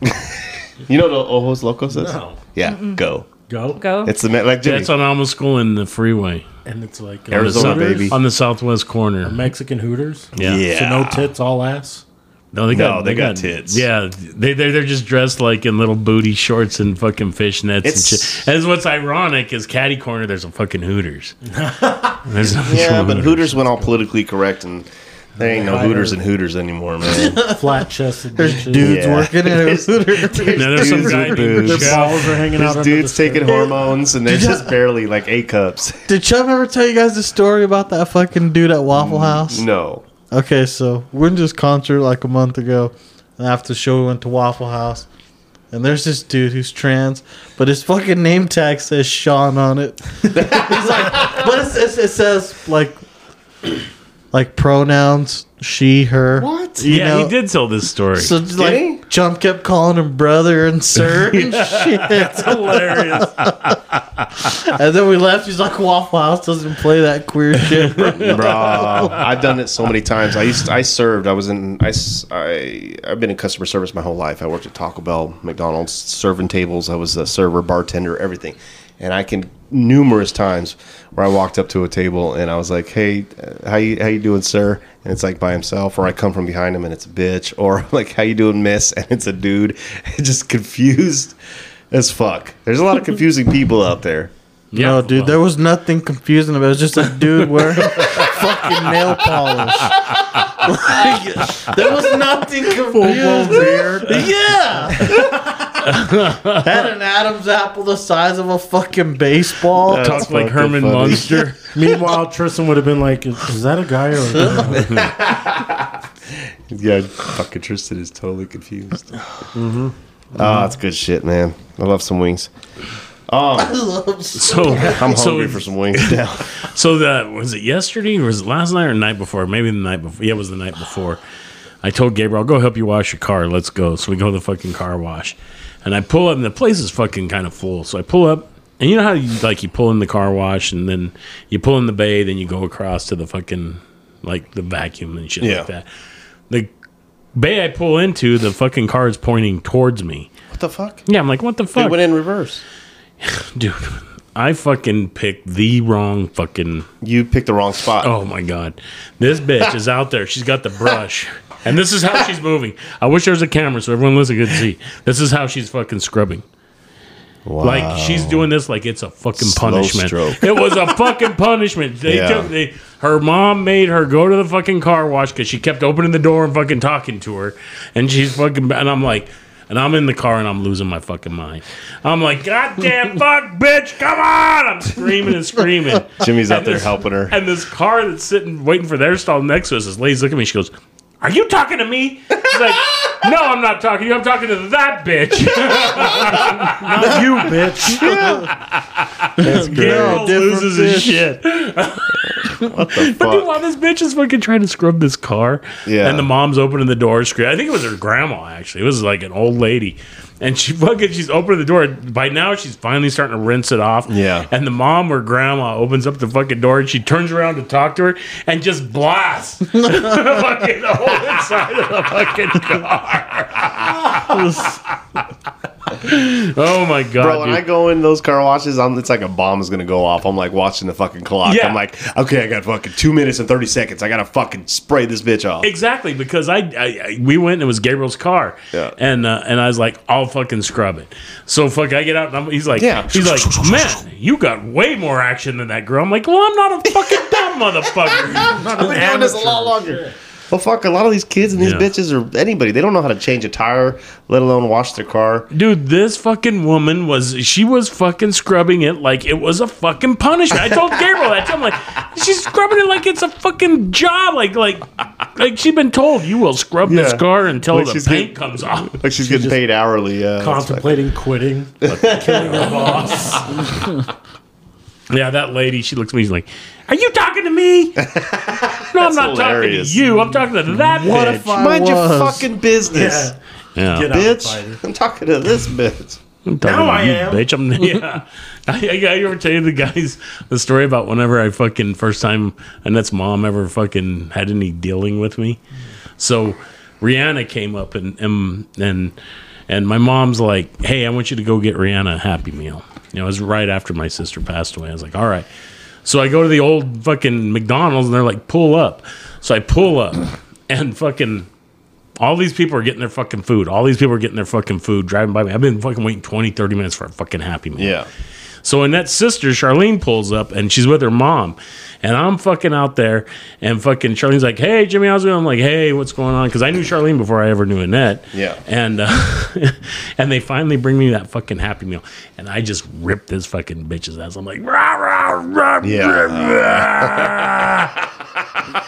You know what Ojos Locos is? No. Yeah. Go. Go Go. It's the me- like Jimmy. [LAUGHS] That's on Alma School and the freeway. and it's like On the Arizona, south- baby. On the southwest corner. Mexican Hooters. Yeah. So no tits, all ass. No, they got No, they got tits. Yeah, they they they're just dressed like in little booty shorts and fucking fishnets It's- and shit. And what's ironic is Caddy Corner. There's a fucking Hooters. There's no yeah, but Hooters. Hooters went all politically correct, and there ain't no Hooters and Hooters anymore, man. [LAUGHS] Flat chested. There's dudes Yeah. working at [LAUGHS] [LAUGHS] a Hooters. Now, there's some dudes guy with named boobs. Jeff. Balls are hanging There's out. under dudes the taking hormones, and they're just barely like A cups. Did Chubb ever tell you guys the story about that fucking dude at Waffle House? [LAUGHS] No. Okay, so we went to this concert like a month ago, and after the show we went to Waffle House, and there's this dude who's trans, but his fucking name tag says Sean on it. He's like, but it says, it says like, like pronouns she, her. What? you yeah, know? he did tell this [LAUGHS] story. So like, Chump kept calling him brother and sir and shit. That's hilarious. and then we left. He's like, Waffle House doesn't play that queer shit, [LAUGHS] Bro, I've done it so many times. I used I served. I was in I, s- I have been in customer service my whole life. I worked at Taco Bell, McDonald's, serving tables. I was a server, bartender, everything. And I can numerous times where I walked up to a table and I was like, "Hey, uh, how you how you doing, sir?" And it's like by himself, or I come from behind him and it's a bitch, [LAUGHS] or like, "How you doing, miss?" And it's a dude. [LAUGHS] Just confused as fuck. There's a lot of confusing people out there. no, dude, there was nothing confusing about it. It was just [LAUGHS] a dude wearing fucking nail polish. Like, there was nothing Full-blown confusing. beard. Yeah. Had an Adam's apple the size of a fucking baseball. That's Talked like fucking Herman funny. [LAUGHS] [LAUGHS] Munster. Meanwhile, Tristan would have been like, "Is that a guy or a girl?" Yeah, fucking Tristan is totally confused. mm-hmm. Oh, that's good shit, man. I love some wings. I Oh, love So I'm so- hungry for some [LAUGHS] wings now. so that was it yesterday or was it last night or the night before? Maybe the night before. Yeah, it was the night before. I told Gabriel, I'll go help you wash your car. Let's go. So we go to the fucking car wash. And I pull up and the place is fucking kind of full. So I pull up and you know how you like you pull in the car wash and then you pull in the bay, then you go across to the fucking like the vacuum and shit Yeah. like that. The bay I pull into, the fucking car is pointing towards me. What the fuck? Yeah, I'm like, what the fuck? It went in reverse. dude [LAUGHS] i fucking picked the wrong fucking you picked the wrong spot oh my god this bitch is out there she's got the brush and this is [LAUGHS] how she's moving i wish there was a camera so everyone listening could see this is how she's fucking scrubbing like she's doing this like it's a fucking Slow punishment stroke. it was a fucking punishment they Yeah. took they her mom made her go to the fucking car wash because she kept opening the door and fucking talking to her and she's fucking and i'm like and i'm in the car and i'm losing my fucking mind i'm like god [LAUGHS] damn fuck bitch come on i'm screaming and screaming Jimmy's [LAUGHS] out And there this- helping her. and this car that's sitting waiting for their stall next to us this lady's looking at me she goes are you talking to me She's like no i'm not talking to you i'm talking to that bitch [LAUGHS] Not you, bitch. That's Gabriel loses his shit. What the fuck? Meanwhile, this bitch is fucking trying to scrub this car. Yeah. And the mom's opening the door. Scream. I think it was her grandma, actually. It was like an old lady. And she [LAUGHS] fucking, she's opening the door. By now, she's finally starting to rinse it off. Yeah. And the mom or grandma opens up the fucking door and she turns around to talk to her and just blasts [LAUGHS] fucking the whole inside of the fucking [LAUGHS] car. [LAUGHS] oh my God. Bro, when dude. I go in those car washes, I'm, it's like a bomb is gonna go off. I'm like watching the fucking clock. Yeah. I'm like, okay, I got fucking two minutes and thirty seconds. I gotta fucking spray this bitch off. Exactly, because I, I, I we went and it was Gabriel's car, Yeah. and uh, and I was like, I'll fucking scrub it. So fuck, I get out and I'm, he's like, Yeah. he's like, man, you got way more action than that girl. I'm like, well, I'm not a fucking [LAUGHS] dumb motherfucker. I'm not an amateur. longer. Well, fuck, a lot of these kids and these Yeah. bitches or anybody, they don't know how to change a tire, let alone wash their car. Dude, this fucking woman was she was fucking scrubbing it like it was a fucking punishment. I told Gabriel that. too. I'm like, she's scrubbing it like it's a fucking job. Like like like she's been told you will scrub this Yeah. car until Like the she's paint getting- comes off. Like she's getting paid hourly. uh, Yeah, that's fucked. Contemplating quitting. Killing her boss. [LAUGHS] Yeah, that lady, she looks at me, she's like, Are you talking to [LAUGHS] me? no, I'm not hilarious. talking to you. I'm talking to that What bitch. if Mind your fucking business, yeah. Get out, fighter. bitch. [LAUGHS] I'm talking to this bitch. I'm talking Now to I you, am. bitch. I'm [LAUGHS] yeah. I, I, I ever tell you the guys the story about whenever I fucking first time Annette's mom ever fucking had any dealing with me. So Rihanna came up and and and, and my mom's like, "Hey, I want you to go get Rihanna a Happy Meal." You know, it was right after my sister passed away. I was like, "All right." So I go to the old [CLEARS THROAT] fucking McDonald's and they're like, "Pull up." So I pull up and fucking All these people are getting their fucking food. All these people are getting their fucking food driving by me. I've been fucking waiting 20, 30 minutes for a fucking Happy Meal. Yeah. So Annette's sister, Charlene, pulls up and she's with her mom. And I'm fucking out there and fucking Charlene's like, hey, Jimmy, how's it going? I'm like, hey, what's going on? Because I knew Charlene before I ever knew Annette. Yeah. And uh, [LAUGHS] and they finally bring me that fucking Happy Meal. And I just rip this fucking bitch's ass. I'm like, rah, rah, rah,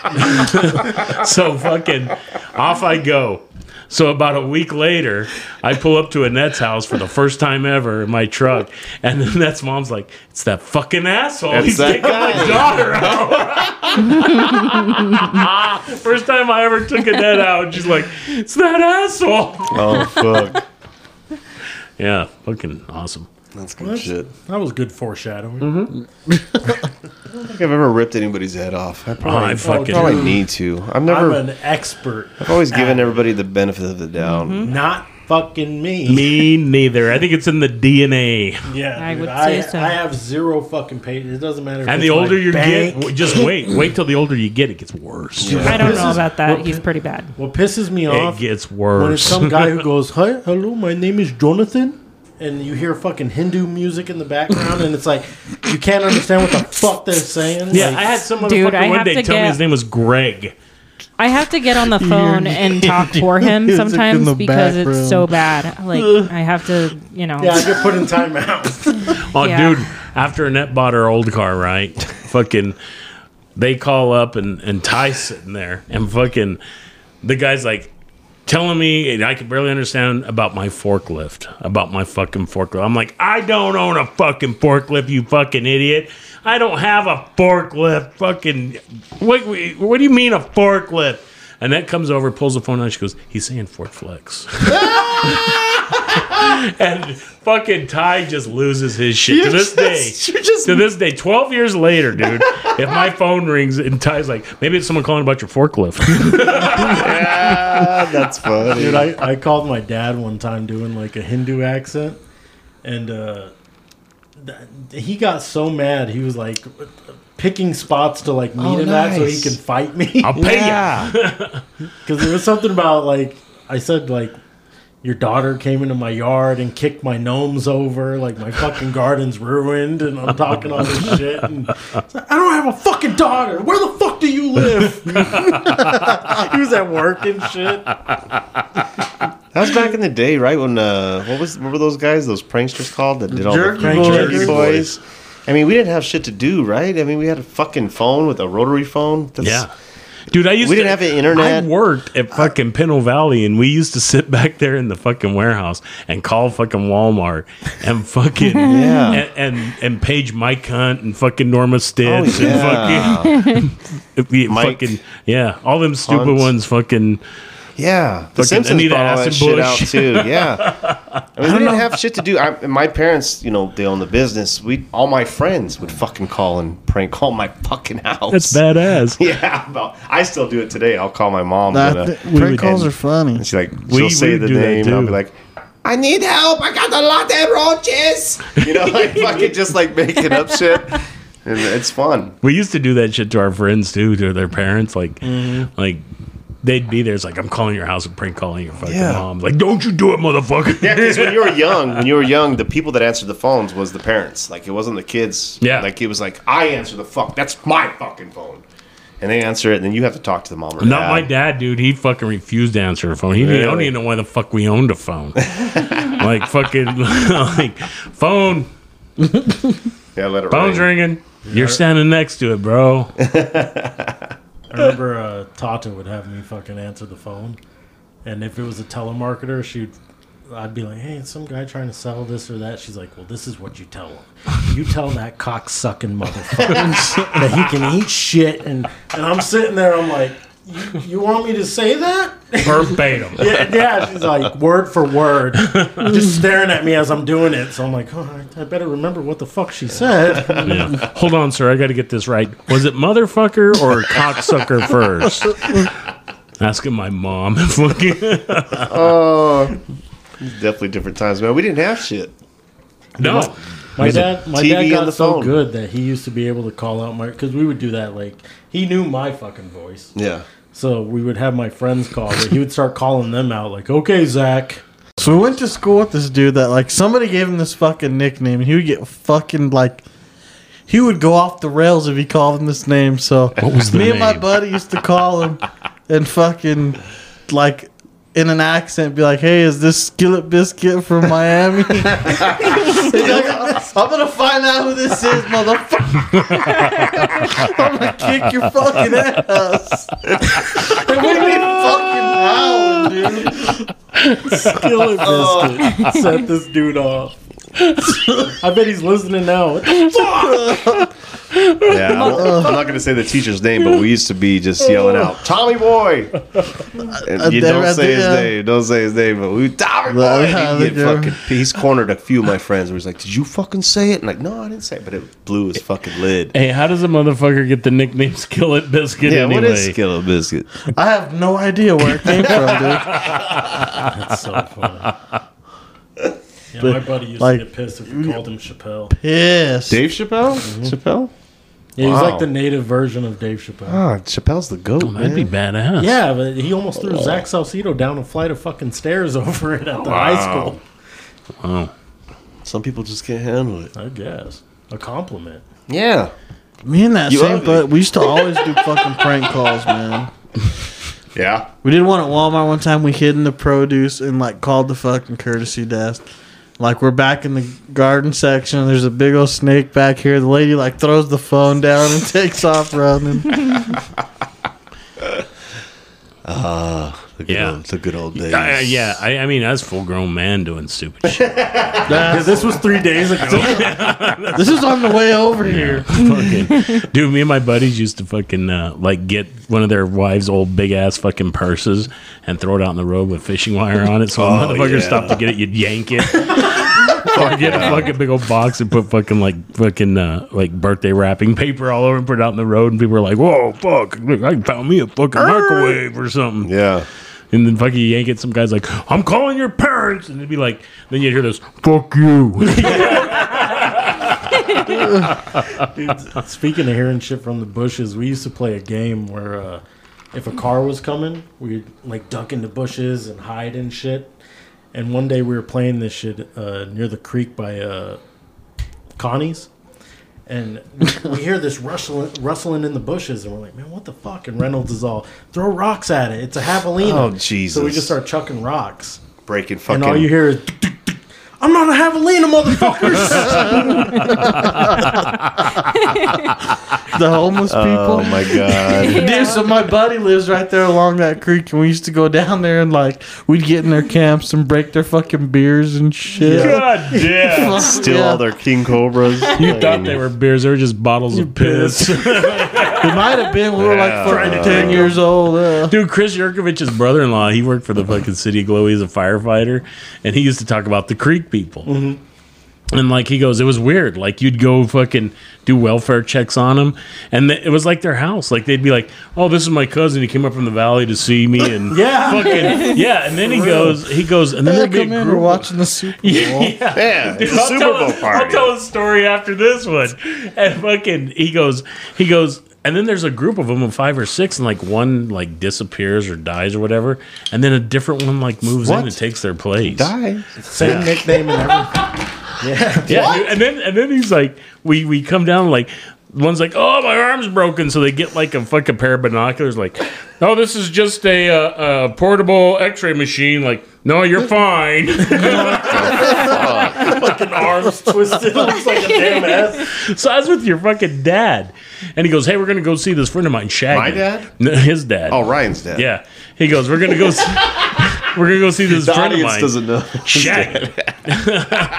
yeah. so fucking off I go. So about a week later, I pull up to Annette's house for the first time ever in my truck, and then Annette's mom's like, "It's that fucking asshole. It's He's that taking my guy." daughter out." [LAUGHS] first time I ever took Annette out, and she's like, "It's that asshole." Oh, fuck. yeah, fucking awesome. That's Well, that's- That was good foreshadowing. I don't think I've ever ripped anybody's head off. I probably- I fucking- probably need to. I've never. I'm an expert. I've always given everybody the benefit of the doubt. Not fucking me. Me neither. I think it's in the DNA. Yeah, I dude, would I, say so. I have zero fucking patience. It doesn't matter. if And it's the my older you bank. get, w- just wait. Wait till the older you get, it gets worse. Dude, what I don't pisses- [LAUGHS] know about that. what He's pretty bad. What pisses me It off? gets When it's worse. some guy [LAUGHS] who goes, "Hi, hello, my name is Jonathan," and you hear fucking Hindu music in the background, and it's like you can't understand what the fuck they're saying. Yeah, Like, I had some motherfucker Dude, I one have day to tell me get- his name was Greg. I have to get on [LAUGHS] the phone and talk for him Music in sometimes the because back it's so room. bad. Like [LAUGHS] I have to, you know. yeah, I get put in timeout. Oh, Yeah. dude, after Annette bought her old car, [LAUGHS] right? fucking, they call up and, and Ty's sitting there, and fucking, the guy's like telling me, and I could barely understand about my forklift, about my fucking forklift. I'm like, I don't own a fucking forklift, you fucking idiot. I don't have a forklift. Fucking, what, what do you mean a forklift? Annette comes over, pulls the phone out. She goes, "He's saying fork flex," [LAUGHS] and fucking Ty just loses his shit [LAUGHS] You to this just- day. to this day, twelve years later, dude. [LAUGHS] if my phone rings and Ty's like, maybe it's someone calling about your forklift. [LAUGHS] that's funny. [LAUGHS] Dude, I, I called my dad one time doing like a Hindu accent, and uh, th- he got so mad. He was like picking spots to like meet Oh, him at so he nice. can fight me. [LAUGHS] I'll pay Because there was something about like I said like your daughter came into my yard and kicked my gnomes over, like my fucking garden's ruined, and I'm talking all this shit. And he's like, I don't have a fucking daughter. Where the fuck do you live? [LAUGHS] he was at work and shit. That was back in the day, right? When uh, what was what were those guys? Those pranksters called that did all Jerky the boys. jerky boys. I mean, we didn't have shit to do, right? I mean, we had a fucking phone with a rotary phone. That's, yeah. Dude, I used We to, didn't have the internet. Uh, I worked at fucking Pinal Valley, and we used to sit [LAUGHS] back there in the fucking warehouse and call fucking Walmart and [LAUGHS] fucking Yeah. and, and and page Mike Hunt and fucking Norma Stitch Oh, yeah. and fucking, [LAUGHS] we- Mike fucking yeah, all them stupid Hunt. ones. Fucking Yeah, the Fucking Simpsons Anita brought all that shit out Assenbush. too. [LAUGHS] Yeah, I mean, we didn't have shit to do. I, and my parents, you know, they own the business. We all my friends would fucking call and prank call my fucking house. that's badass. [LAUGHS] Yeah, but I still do it today. I'll call my mom. That- and, uh, prank calls and- are funny. And she's like, We- she'll say we the do that name, and I'll too. be like, I need help. I got a lot of roaches. you [LAUGHS] know, like fucking just like making up shit. And it's fun. We used to do that shit to our friends too, to their parents. Like, Mm-hmm. like they'd be there. It's like I'm calling your house and prank calling your fucking Yeah. mom. Like, don't you do it, motherfucker. Yeah, because when you were young, when you were young, the people that answered the phones was the parents. Like it wasn't the kids. Yeah. Like it was like I answer the fuck. That's my fucking phone. And they answer it, and then you have to talk to the mom or Not dad. my dad, dude. He fucking refused to answer a phone. He didn't, I don't Really? even know why the fuck we owned [LAUGHS] a phone. like fucking [LAUGHS] like phone, Yeah, let it phone's ring. ringing. You're standing next to it, bro. [LAUGHS] I remember uh, Tata would have me fucking answer the phone, and if it was a telemarketer, she'd. I'd be like, hey, it's some guy trying to sell this or that. She's like, well, this is what you tell him. You tell that cocksucking motherfucker that he can eat shit. And, and I'm sitting there, I'm like, you, you want me to say that? Verbatim. yeah, yeah, she's like, word for word, just staring at me as I'm doing it. So I'm like, oh, I I better remember what the fuck she said. Yeah. Hold on, sir. I got to get this right. Was it [LAUGHS] motherfucker or cocksucker first? Asking my mom. [LAUGHS] fucking Oh, it's definitely different times, man. We didn't have shit. no. My Was it dad, my TV dad on the got so phone? good that he used to be able to call out my because we would do that like he knew my fucking voice, Yeah. So we would have my friends call, but he would start calling them out, like, okay, Zach. So we went to school with this dude that like somebody gave him this fucking nickname and he would get fucking like he would go off the rails if he called him this name. So [LAUGHS] What was the me and my name? buddy used to call [LAUGHS] him and fucking like in an accent be like, Hey, is this skillet biscuit from [LAUGHS] Miami? [LAUGHS] He's like, I'm gonna find out who this is, motherfucker. [LAUGHS] I'm gonna kick your fucking ass. [LAUGHS] and we'd be fucking howling, dude. Skillet [LAUGHS] biscuit set this dude off. [LAUGHS] I bet he's listening now. What the fuck? Yeah, I won't- I'm not going to say the teacher's name, but we used to be just yelling out, "Tommy boy!" And you don't say his name. Don't say his name, but we Tommy boy. yeah, And he'd they get do. fucking. He's cornered a few of my friends. Where he's like, "Did you fucking say it?" And like, "No, I didn't say it," but it blew his fucking lid. Hey, how does a motherfucker get the nickname Skillet Biscuit Yeah, anyway? what is Skillet Biscuit? I have no idea where it came from, [LAUGHS] dude. That's so funny. Yeah, my But, buddy used like- to get pissed if we called him Chappelle. Pissed. Dave Chappelle? Mm-hmm. Chappelle? Yeah, he's Wow. like the native version of Dave Chappelle. Ah, Chappelle's the goat. that'd be man. badass. Yeah, but he almost threw Zach Salcedo down a flight of fucking stairs [LAUGHS] over it at the high Wow. school. Wow. Some people just can't handle it. I guess a compliment. Yeah. Me and that You same ugly. bud, we used to always [LAUGHS] do fucking prank calls, man. Yeah. We did one at Walmart one time. We hid in the produce and like called the fucking courtesy desk. Like we're back in the garden section. There's a big old snake back here. The lady like throws the phone down and [LAUGHS] takes off running. Ah, the good Yeah. old, the good old days. I, I- yeah, I, I mean, as full grown man doing stupid shit. Yeah, this was three days ago. this is on the way over here. [LAUGHS] fucking, dude, me and my buddies used to fucking uh, like get one of their wives' old big ass fucking purses and throw it out in the road with fishing wire on it. So Oh, a motherfucker yeah. stopped to get it, you'd yank [LAUGHS] it. or get a fucking big old box and put fucking like fucking uh, like birthday wrapping paper all over and put it out in the road and people were like, "Whoa, fuck! Look, I found me a fucking microwave or something." Yeah. And then fucking yank it. Some guy's like, "I'm calling your parents," and they'd be like, then you'd hear this, "Fuck you." [LAUGHS] Dude, [LAUGHS] speaking of hearing shit from the bushes, we used to play a game where uh, if a car was coming, we'd like duck into bushes and hide and shit. And one day we were playing this shit uh, near the creek by uh, Connie's. And we- we hear this rustling, rustling in the bushes, and we're like, man, what the fuck? And Reynolds is all, throw rocks at it. It's a javelina. Oh, So we Jesus. just start chucking rocks. Breaking fucking. And all you hear is, I'm not a javelina, [LAUGHS] motherfuckers! the homeless people. Oh, my [LAUGHS] God. Dude, so my buddy lives right there along that creek, and we used to go down there and like we'd get in their camps and break their fucking beers and shit. God damn. Steal Yeah. all their king cobras. You thought they were beers. They were just bottles of piss. It might have been we were Yeah. like Trying to fucking ten drink years old. Uh. [LAUGHS] Dude, Chris Yurkovich's brother in law, he worked [LAUGHS] for the fucking city of Glowy as a firefighter, and he used to talk about the Creek people. Mm-hmm. And like he goes, it was weird. Like you'd go fucking do welfare checks on them, and th- it was like their house. Like they'd be like, "Oh, this is my cousin. He came up from the valley to see me." [LAUGHS] And Yeah. fucking yeah. And then he For real. goes, he goes, and then Hey, there'd be come a in, group we're [LAUGHS] watching the Super Bowl. yeah, it's a I'll Super tell Bowl a- I'll party. tell a story after this one. And fucking, he goes, he goes, and then there's a group of them of five or six, and like one like disappears or dies or whatever, and then a different one like moves What? in and takes their place. Die. Same Yeah. nickname and everything. Yeah. Yeah, dude, and then and then he's like, we we come down like. One's like, oh, my arm's broken, so they get like a fucking pair of binoculars. Like, oh, this is just a, uh, a portable X-ray machine. Like, no, you're fine. [LAUGHS] fucking arms twisted, [LAUGHS] looks like a damn ass. So I was with your fucking dad, and he goes, "Hey, we're gonna go see this friend of mine, Shaggy." My dad? No, [LAUGHS] his dad. Oh, Ryan's dad. Yeah, he goes, "We're gonna go. See, [LAUGHS] we're gonna go see this The friend of audience mine." doesn't know. [LAUGHS] Shaggy. [LAUGHS]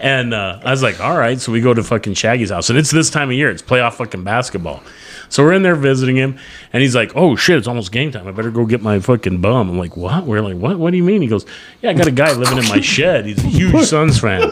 And uh, I was like, all right. So we go to fucking Shaggy's house, and it's this time of year. It's playoff fucking basketball. So we're in there visiting him, and he's like, oh shit, it's almost game time. I better go get my fucking bum. I'm like, what? We're like, what? What do you mean? He goes, yeah, I got a guy living in my shed. He's a huge Suns fan.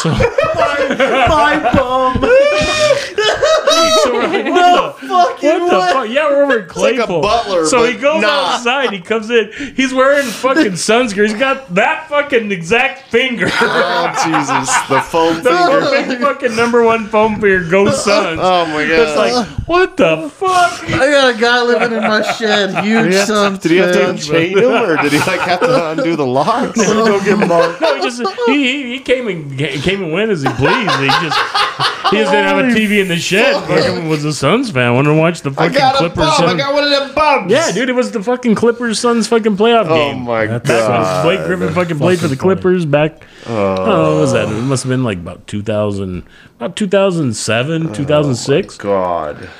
So, My bum. so we're like, what the- fucking what the fuck? Yeah, we're over in like a Claypool. butler, so he but goes nah. outside. He comes in. He's wearing fucking sunscreen. He's got that fucking exact finger. [LAUGHS] Oh Jesus! The foam the perfect fucking number one foam for your ghost sons. Oh, my God. It's like what the fuck? I got a guy living in my [LAUGHS] shed, huge son. [LAUGHS] Did he have to unchain him, or did he like have to undo the locks? Go get Mark. No, he just he, he, he came and ga- came and went as he pleased. He just he just didn't have a Holy TV in the shed. Fucking was a Suns fan. Wanted to watch the I fucking got a Clippers. bum. I Suns- got one of them bums. Yeah, dude, it was the fucking Clippers Suns fucking playoff Oh game. my That's God. when Blake Griffin fucking played for the Clippers back. Oh, what was that? It must have been like about 2000, about 2007, 2006. God,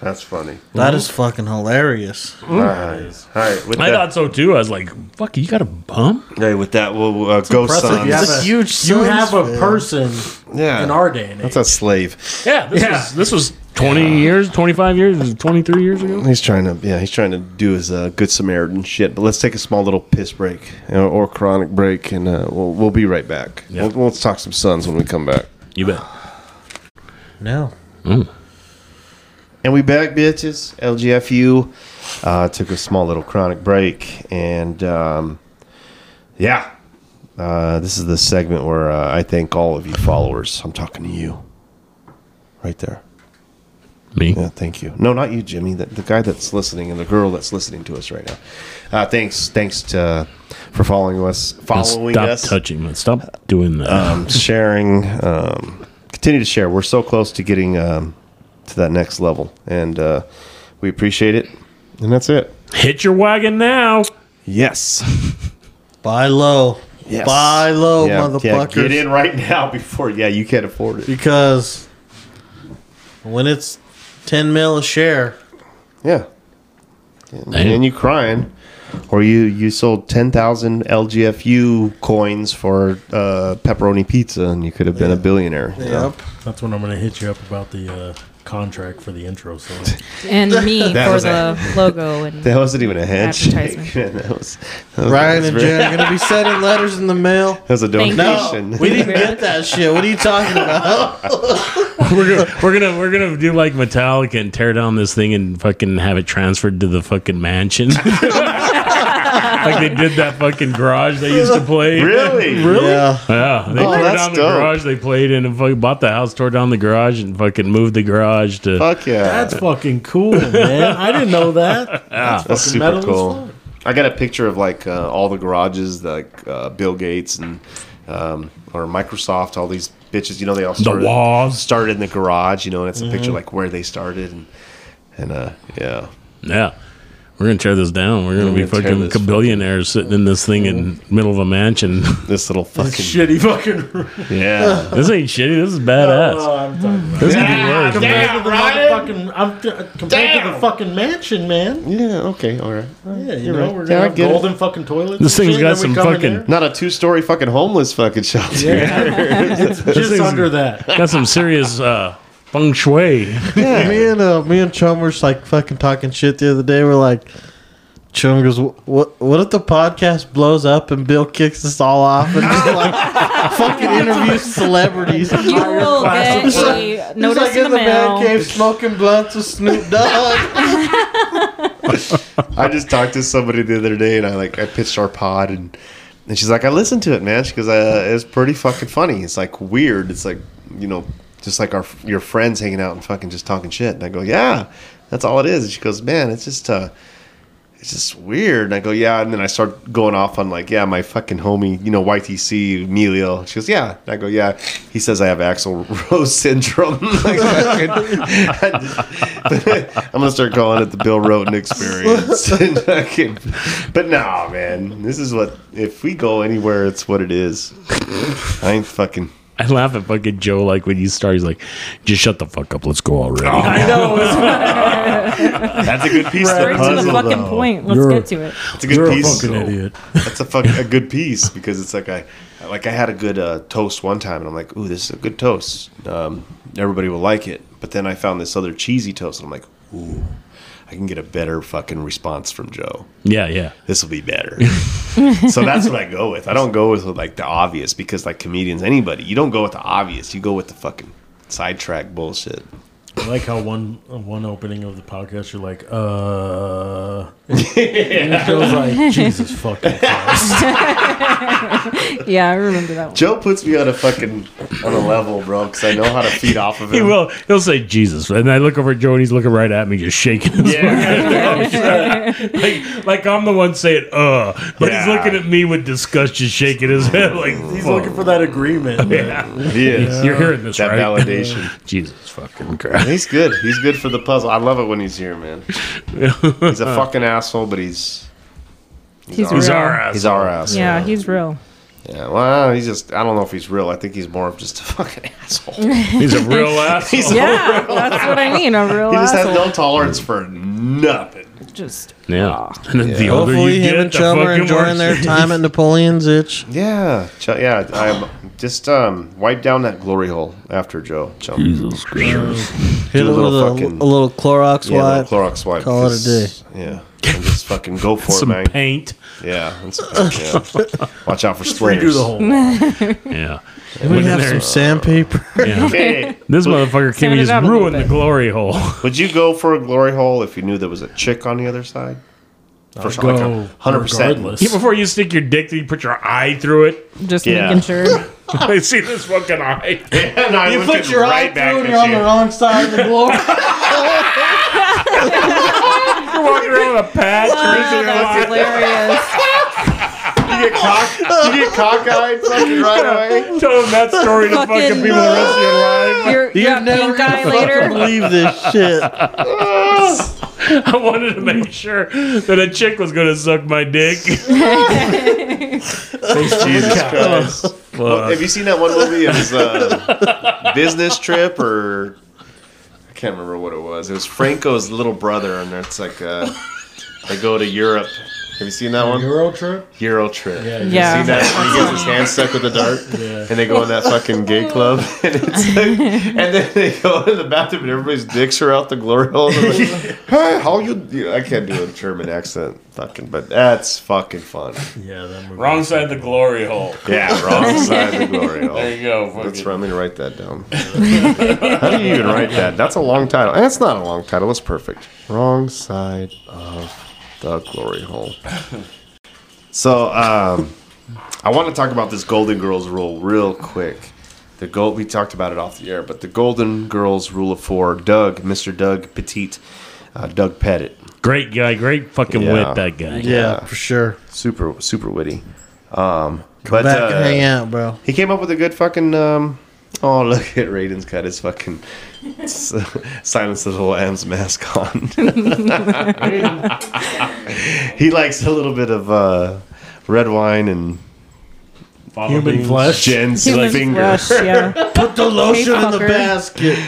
that's funny. That is fucking hilarious. Nice. All right, with I that- thought so too. I was like, "Fuck, you got a bump?" Hey, with that, we'll, we'll, uh, go impressive. sons. You have a- You have a person yeah. in our day and age. That's a slave. Yeah, this was this was [LAUGHS] twenty years, twenty five years, twenty three years ago. He's trying to, yeah, he's trying to do his uh, good Samaritan shit. But let's take a small little piss break uh, or chronic break, and uh, we'll we'll be right back. We'll, we'll talk some sons when we come back. You bet. No. And we back, bitches. LGFU uh, took a small little chronic break, and um, yeah, uh, this is the segment where uh, I thank all of you followers. I'm talking to you, right there. Me? Yeah, thank you. No, not you, Jimmy. The, the guy that's listening and the girl that's listening to us right now. Uh, thanks, thanks to, for following us, following stop us, touching me. Stop doing that. um, sharing. Um, continue to share. We're so close to getting um, to that next level, and uh, we appreciate it. And that's it. Hit your wagon now. Yes. Buy low. Yes. Buy low, Yeah, yeah, motherfuckers. get in right now [LAUGHS] before. Yeah, you can't afford it. Because when it's 10 mil a share, Yeah. And, Damn. and you crying, or you you sold ten thousand LGFU coins for uh, pepperoni pizza, and you could have been a billionaire. you know? That's when I'm going to hit you up about the uh, contract for the intro song. And me That for was a- the logo and That wasn't even a handshake. Advertisement. [LAUGHS] that was, that was- Ryan that's and very- Jen are going to be sending letters in the mail. That was a Thank you. donation. No, we didn't get that shit. What are you talking about? we're gonna we're gonna we're gonna do like Metallica and tear down this thing and fucking have it transferred to the fucking mansion. [LAUGHS] like they did that fucking garage they used to play. [LAUGHS] Really? really? Yeah. Yeah, They Oh, tore that's down the dope. garage they played in and fucking bought the house, tore down the garage and fucking moved the garage to Fuck yeah. [LAUGHS] That's fucking cool, man. I didn't know that. [LAUGHS] That's, fucking metal super as cool. I got a picture of like uh, all the garages, like uh, Bill Gates and um, or Microsoft. All these bitches, you know, they all started, walls. started in the garage, you know, and it's a picture Mhm. like where they started and and uh, yeah. Yeah. We're gonna tear this down. We're gonna We're be gonna tear fucking this billionaires sitting in this thing in middle of a mansion. [LAUGHS] This little fucking Shitty fucking [LAUGHS] room. yeah. this ain't shitty. This is badass. Oh, I'm talking about This could be Yeah, worse, man. compared to the motherfucking, I'm t- uh, compared to the fucking mansion, man. Yeah. Okay. All right. Yeah, you You're know right. Yeah, I we're gonna have get it. golden fucking toilets. This and thing's shit, got and some we come in fucking- [LAUGHS] there. Not a two-story fucking homeless fucking shelter. just under that. Got some serious uh, feng shui. Yeah, me and uh, me and Chum were just, like fucking talking shit the other day. We're like, Chum goes, "What? What if the podcast blows up and Bill kicks us all off and just like fucking interviews celebrities? [LAUGHS] You will get He's like- a he's notice like in the man mail. cave smoking blunts with Snoop Dogg. I just talked to somebody the other day, and I like I pitched our pod, and and she's like, I listened to it, man. She goes, uh, it's pretty fucking funny. It's like weird. It's like you know, just like our your friends hanging out and fucking just talking shit. And I go, yeah, that's all it is. And she goes, man, it's just uh, it's just weird. And I go, yeah. And then I start going off on like, yeah, my fucking homie, you know, YTC Emilio. She goes, yeah. And I go, yeah. He says I have Axel [LAUGHS] Rose syndrome. Like, fucking- [LAUGHS] I'm gonna start calling it the Bill Roten experience. And [LAUGHS] fucking- but nah, man, this is what if we go anywhere, it's what it is. I ain't fucking. I laugh at fucking Joe like when you start. He's like, "Just shut the fuck up. Let's go already." I know. That's a good piece of the Straight to the puzzle, fucking though. point. Let's get to it. It's a good You're a piece. fucking though. [LAUGHS] idiot. That's a fuck a good piece because it's like I like I had a good uh, toast one time and I'm like, ooh, this is a good toast. Um, everybody will like it. But then I found this other cheesy toast and I'm like, ooh, I can get a better fucking response from Joe. Yeah, yeah. This will be better. [LAUGHS] so that's what I go with. I don't go with like the obvious because like comedians, anybody, you don't go with the obvious. You go with the fucking sidetrack bullshit. I like how one uh, one opening of the podcast, you're like, [LAUGHS] uh, and it goes like, Jesus fucking yeah, I remember that one. Joe puts me on a fucking on a level, bro, because I know how to feed off of him. [LAUGHS] He will. He'll say Jesus, and I look over at Joe, and he's looking right at me, just shaking. His [LAUGHS] yeah. like, like I'm the one saying "uh," but he's Yeah. looking at me with disgust, just shaking his head. Like He's looking for that agreement. Yeah. He is. You're hearing this, that right? validation. Jesus fucking Christ. He's good. He's good for the puzzle. I love it when he's [LAUGHS] here, man. he's a fucking asshole, but he's He's real. He's our asshole. Yeah, he's real. Yeah, well, he's just, I don't know if he's real. I think he's more of just a fucking [LAUGHS] asshole. He's a real asshole. [LAUGHS] He's a yeah, real- that's what I mean. A real he just asshole. has no tolerance for nothing. Just, Yeah. And then the older Hopefully, you him get, and the Chum are fucking enjoying worse their it is. [LAUGHS] time at Napoleon's itch. Yeah, Ch- yeah. I'm just um, wipe down that glory hole after Joe. Chum. Jesus Christ! Hit him with a, a little Clorox yeah, a wipe. little Clorox wipe. Call it a 'cause- Yeah, and just fucking go for Some it, man. paint. Yeah, and some paint, [LAUGHS] yeah. watch out for Just redo splinters. the [LAUGHS] whole wall. Yeah. Can we have some sandpaper? [LAUGHS] Yeah. Okay. This motherfucker came and just ruined the glory hole. Would you go for a glory hole if you knew there was a chick on the other side? I'd some- like a go [LAUGHS] 100%. Yeah, before you stick your dick, you put your eye through it. Just Yeah. making [LAUGHS] sure. [LAUGHS] I see this fucking eye. And I You was put getting your right eye back through and at you're on the you. wrong side of the [LAUGHS] glory. You're walking around with a patch. Ah, Wow, that's You get cock, you get cockeyed fucking right away. Tell them that story to fucking, Fucking- people the rest of your life. [LAUGHS] You're, You're yeah, never pink gonna eye fucking later. believe this shit. I wanted to make sure that a chick was going to suck my [LAUGHS] dick. Jesus Christ. Fuck. Have you seen that one movie? It was uh, [LAUGHS] business trip or I can't remember what it was. It was Franco's little brother, and it's like uh, they go to Europe. Have you seen that one? Euro trip? Euro trip. Yeah, You yeah. see that? when He gets his hand stuck with a dart, Yeah. and they go in that fucking gay club, [LAUGHS] and, it's like, and then they go in the bathroom, and everybody's dicks are out the glory hole. They're [LAUGHS] like, "Hi, how you? you-" I can't do a German accent, fucking, but that's fucking fun. Yeah, that movie. [LAUGHS] Wrong side of the glory hole. Yeah, wrong side of the glory hole. There you go. fuck That's it. right. I'm gonna write that down. How do you even write that? That's a long title. That's not a long title. It's perfect. Wrong side of the glory hole. So, um, I want to talk about this Golden Girls rule real quick. The gold we talked about it off the air, but the Golden Girls rule of four. Doug, Mr. Doug Petit, uh, Doug Pettit. Great guy. Great fucking wit, that guy. for sure. Super, super witty. Um, Come back and hang out, bro. He came up with a good fucking. Um, oh, look at Raiden's got his fucking s- Silence of the Lambs mask on. [LAUGHS] he likes a little bit of uh, red wine and. Human beans. flesh? Jen's Human finger. flesh, [LAUGHS] yeah. Put the lotion in the Hey, fucker. basket.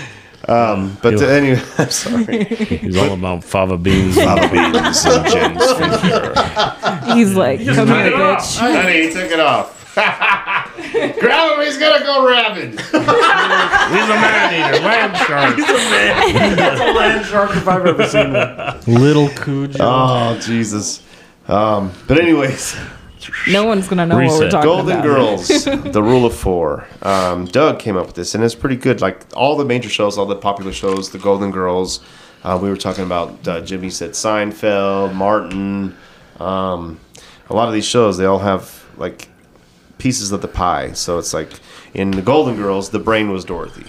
Um, but to, anyway, I'm [LAUGHS] sorry. He's all about fava beans. Fava beans [LAUGHS] and Jen's He's like, "Ah." come here, bitch. Honey, he took it off. [LAUGHS] Grab him, he's gonna go [LAUGHS] rabid. he's a man eater, lamb shark. He's a man. That's a land shark if I've ever seen one. Little Cujo. Oh Jesus. Um, but anyways, No one's gonna know what we're talking Golden about. Girls, [LAUGHS] the rule of four. Um, Doug came up with this, and it's pretty good. Like all the major shows, all the popular shows, the Golden Girls. Uh, we were talking about uh, Jimmy said Seinfeld, Martin. Um, a lot of these shows, they all have like pieces of the pie. So it's like in the Golden Girls, the brain was Dorothy,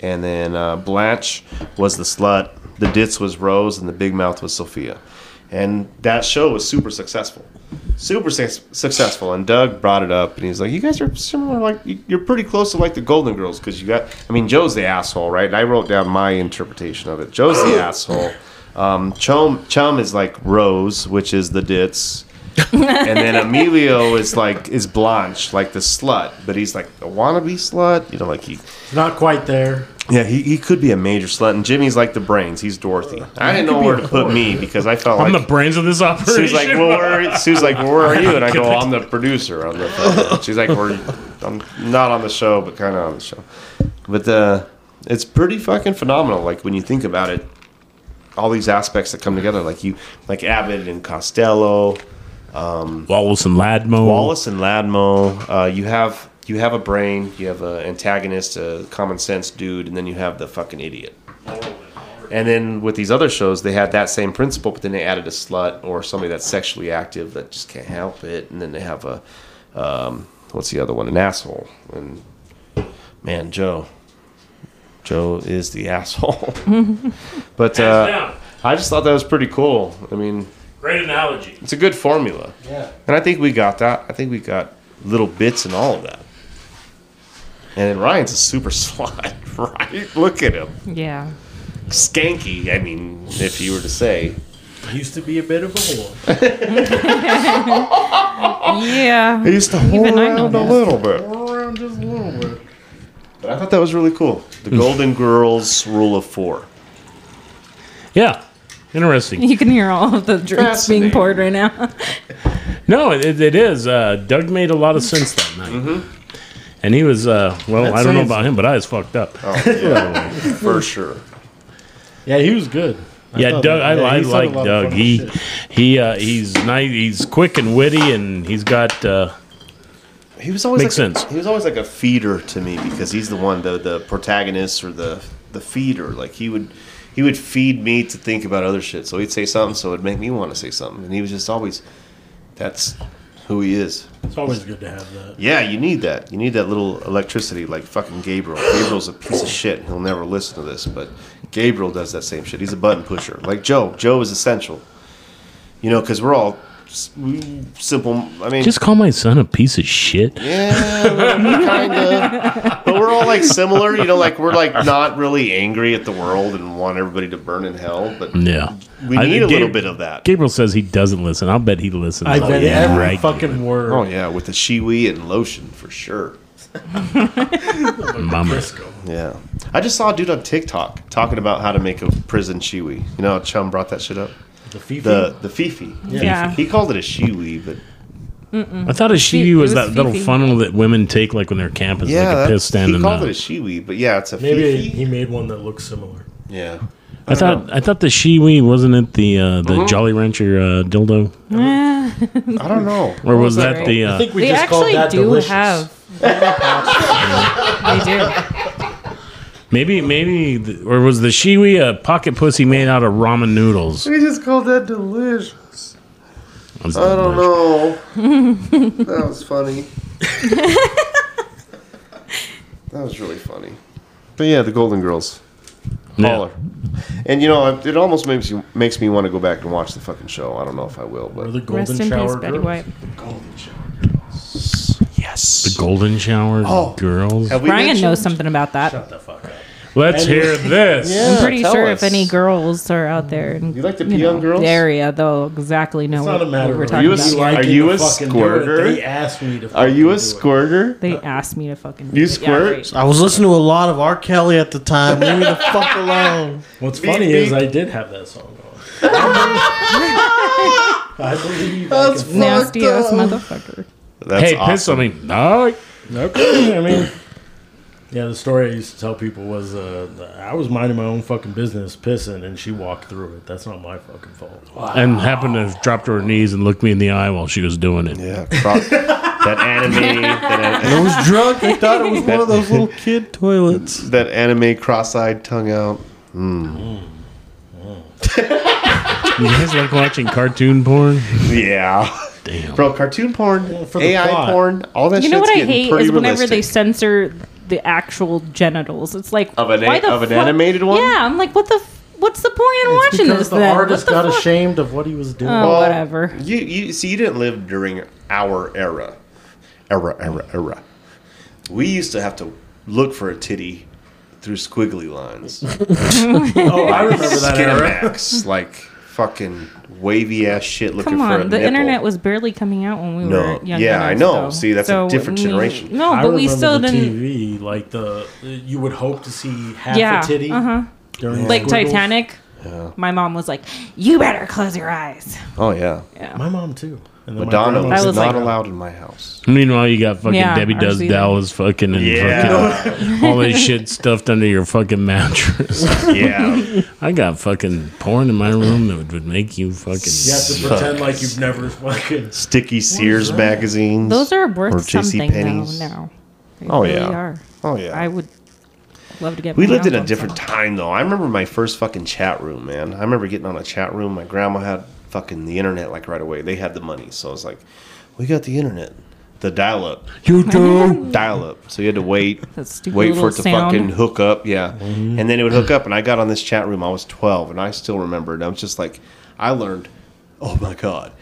and then uh, Blanche was the slut, the ditz was Rose, and the big mouth was Sophia. And that show was super successful, super su- successful. And Doug brought it up, and he's like, "You guys are similar. Like you- you're pretty close to like the Golden Girls because you got. I mean, Joe's the asshole, right? And I wrote down my interpretation of it. Joe's [COUGHS] the asshole. Um, Chum Chum is like Rose, which is the ditz [LAUGHS] and then Emilio is like is Blanche, like the slut, but he's like a wannabe slut. You know, like he Not quite there. yeah he, he could be a major slut. And Jimmy's like the brains. He's Dorothy. I didn't He could know be where a to put me because I felt I'm like the brains of this operation. Sue's like, well, where, Sue's like, well, where are you? And I go, I'm the producer. I'm the. She's like, we're, I'm not on the show, but kind of on the show. But uh, it's pretty fucking phenomenal. Like when you think about it, all these aspects that come together, like you, like Abbott and Costello, um, Wallace and Ladmo. Wallace and Ladmo. Uh, you have you have a brain, you have an antagonist, a common sense dude, and then you have the fucking idiot. And then with these other shows, they had that same principle, but then they added a slut or somebody that's sexually active that just can't help it. And then they have a, um, what's the other one? An asshole. And man, Joe, Joe is the [LAUGHS] asshole. but uh, I just thought that was pretty cool. I mean, Great analogy. it's a good formula. Yeah. And I think we got that. I think we got little bits and all of that. And then Ryan's a super [LAUGHS] slut, right? Look at him. Yeah. Skanky, I mean, if you were to say. Used to be a bit of a whore. yeah. He used to whore Even I know around a that. little bit. around just a little bit. But I thought that was really cool. The Golden Girls rule of [LAUGHS] four. Yeah. Interesting. You can hear all of the drinks Fascinating. being poured right [LAUGHS] now. No, it, it is. Uh, Doug made a lot of sense that night. And he was, uh, well, That I don't know sounds- about him, but I was fucked up. Oh, [LAUGHS] yeah. For sure. Yeah, he was good. yeah, thought- Doug. I, yeah, I he said a like lot of Doug. funny He shit. he uh, he's nice. He's quick and witty, and he's got. Uh, He was always makes like, sense. He was always like a feeder to me because he's the one, the the protagonist or the the feeder. Like he would he would feed me to think about other shit. So he'd say something, so it'd make me want to say something. And he was just always that's who he is. It's always good to have that. Yeah, you need that. You need that little electricity, like fucking Gabriel. Gabriel's a piece of shit. He'll never listen to this, but Gabriel does that same shit. He's a button pusher, like Joe. Joe is essential. You know, because we're all s- we- simple. I mean, Just call my son a piece of shit. yeah, kind of. But we're all like similar, you know. Like we're like not really angry at the world and want everybody to burn in hell. But Yeah, we I- need a Gab- little bit of that. Gabriel says he doesn't listen. I'll bet he listens. I bet every fucking word. Oh yeah, with the shiwi and lotion for sure. Mama. Yeah. I just saw a dude on TikTok talking about how to make a prison shiwi. You know how Chum brought that shit up? The Fifi? The, the Fifi. Yeah. Yeah. He called it a shiwi, but I thought a shiwi was, that little funnel that women take like when they're camping, Yeah, like that- a piss stand. uh, he in called the- it a shiwi, but yeah, it's a Maybe Fifi. he made one that looks similar. Yeah. I, thought I thought the shiwi wasn't it the uh, the Mhm. Jolly Rancher uh, dildo, I don't know. or was that the? Uh, they actually do have. they do. Maybe maybe th- or was the shiwi a pocket pussy made out of ramen noodles? He just called that delicious. I don't know. [LAUGHS] that was funny. that was really funny. But yeah, the Golden Girls. Holler. And you know, it almost makes you makes me want to go back and watch the fucking show. I don't know if I will, but the Rest in peace, Betty White. Golden shower. Yes. The golden shower Oh. girls. Brian knows something about that. Shut the fuck up. Let's [LAUGHS] Anyway. hear this. I'm pretty sure if any girls are out there, and, you like to pee on girls? The area, they'll exactly know It's what, not a matter what we're of talking you a about. s- here. are liking you to a fucking do it. squirter? They asked me to. Are you a squirter? They asked me to fucking. You do it. Yeah, squirt? right. I was listening to a lot of R. Kelly at the time. Leave me the fuck alone. What's Beep, funny is beep. I did have that song [LAUGHS] going. I believe That's I can- nasty ass motherfucker. That's hey, piss on me. No. Okay, I mean, yeah. The story I used to tell people was uh, I was minding my own fucking business, pissing, and she walked through it. That's not my fucking fault. And happened to have dropped to her knees and looked me in the eye while she was doing it. Yeah. [LAUGHS] that [LAUGHS] anime. That I was drunk. I thought it was one of those little kid toilets. That anime cross-eyed tongue out. You guys like watching cartoon porn? Yeah. Damn. Bro, cartoon porn, for the AI plot. porn, all that you shit's know what I getting hate pretty is whenever realistic. they censor the actual genitals. It's like Of an a- why the of an fuck- animated one? Yeah, I'm like, what the? F- what's the point in watching because this? the then? artist what the got fuck? ashamed of what he was doing. Oh, whatever. You, you see, you didn't live during our era, era, era, era. We used to have to look for a titty through squiggly lines. [LAUGHS] oh, I remember [LAUGHS] that era. Skinamax, like fucking wavy ass shit looking Come for a on, the nipple. internet was barely coming out when we No, were young. yeah, I adults, know. though. See, that's a So, different mm, generation. No, I but we remember still the didn't. TV like the you would hope to see half Yeah, a titty uh-huh. during Like squiggles. Titanic. Yeah. My mom was like, "You better close your eyes." Oh yeah. My mom too. And then my Madonna grandma was, was not like- allowed in my [LAUGHS] house. Meanwhile, you got fucking Yeah, Debbie Does ours either. Dallas fucking and Yeah. fucking all this [LAUGHS] shit stuffed under your fucking mattress. Yeah. [LAUGHS] I got fucking porn in my room that would, would make you fucking. You have to pretend like you've never fucking. [LAUGHS] Sticky Sears magazines. Those are worth or something JCPenney's. though now. They Oh, really yeah. Are. Oh, yeah. I would love to get. We my lived in a own different time though. I remember my first fucking chat room, man. I remember getting on a chat room. My grandma had fucking the internet like right away. They had the money, so I was like, "We got the internet." The dial up. [LAUGHS] You do dial up. So you had to wait, That stupid wait for little it to sound. fucking hook up. Yeah, and then it would hook up. And I got on this chat room. I was twelve, and I still remember. it. I was just like, I learned. Oh my god,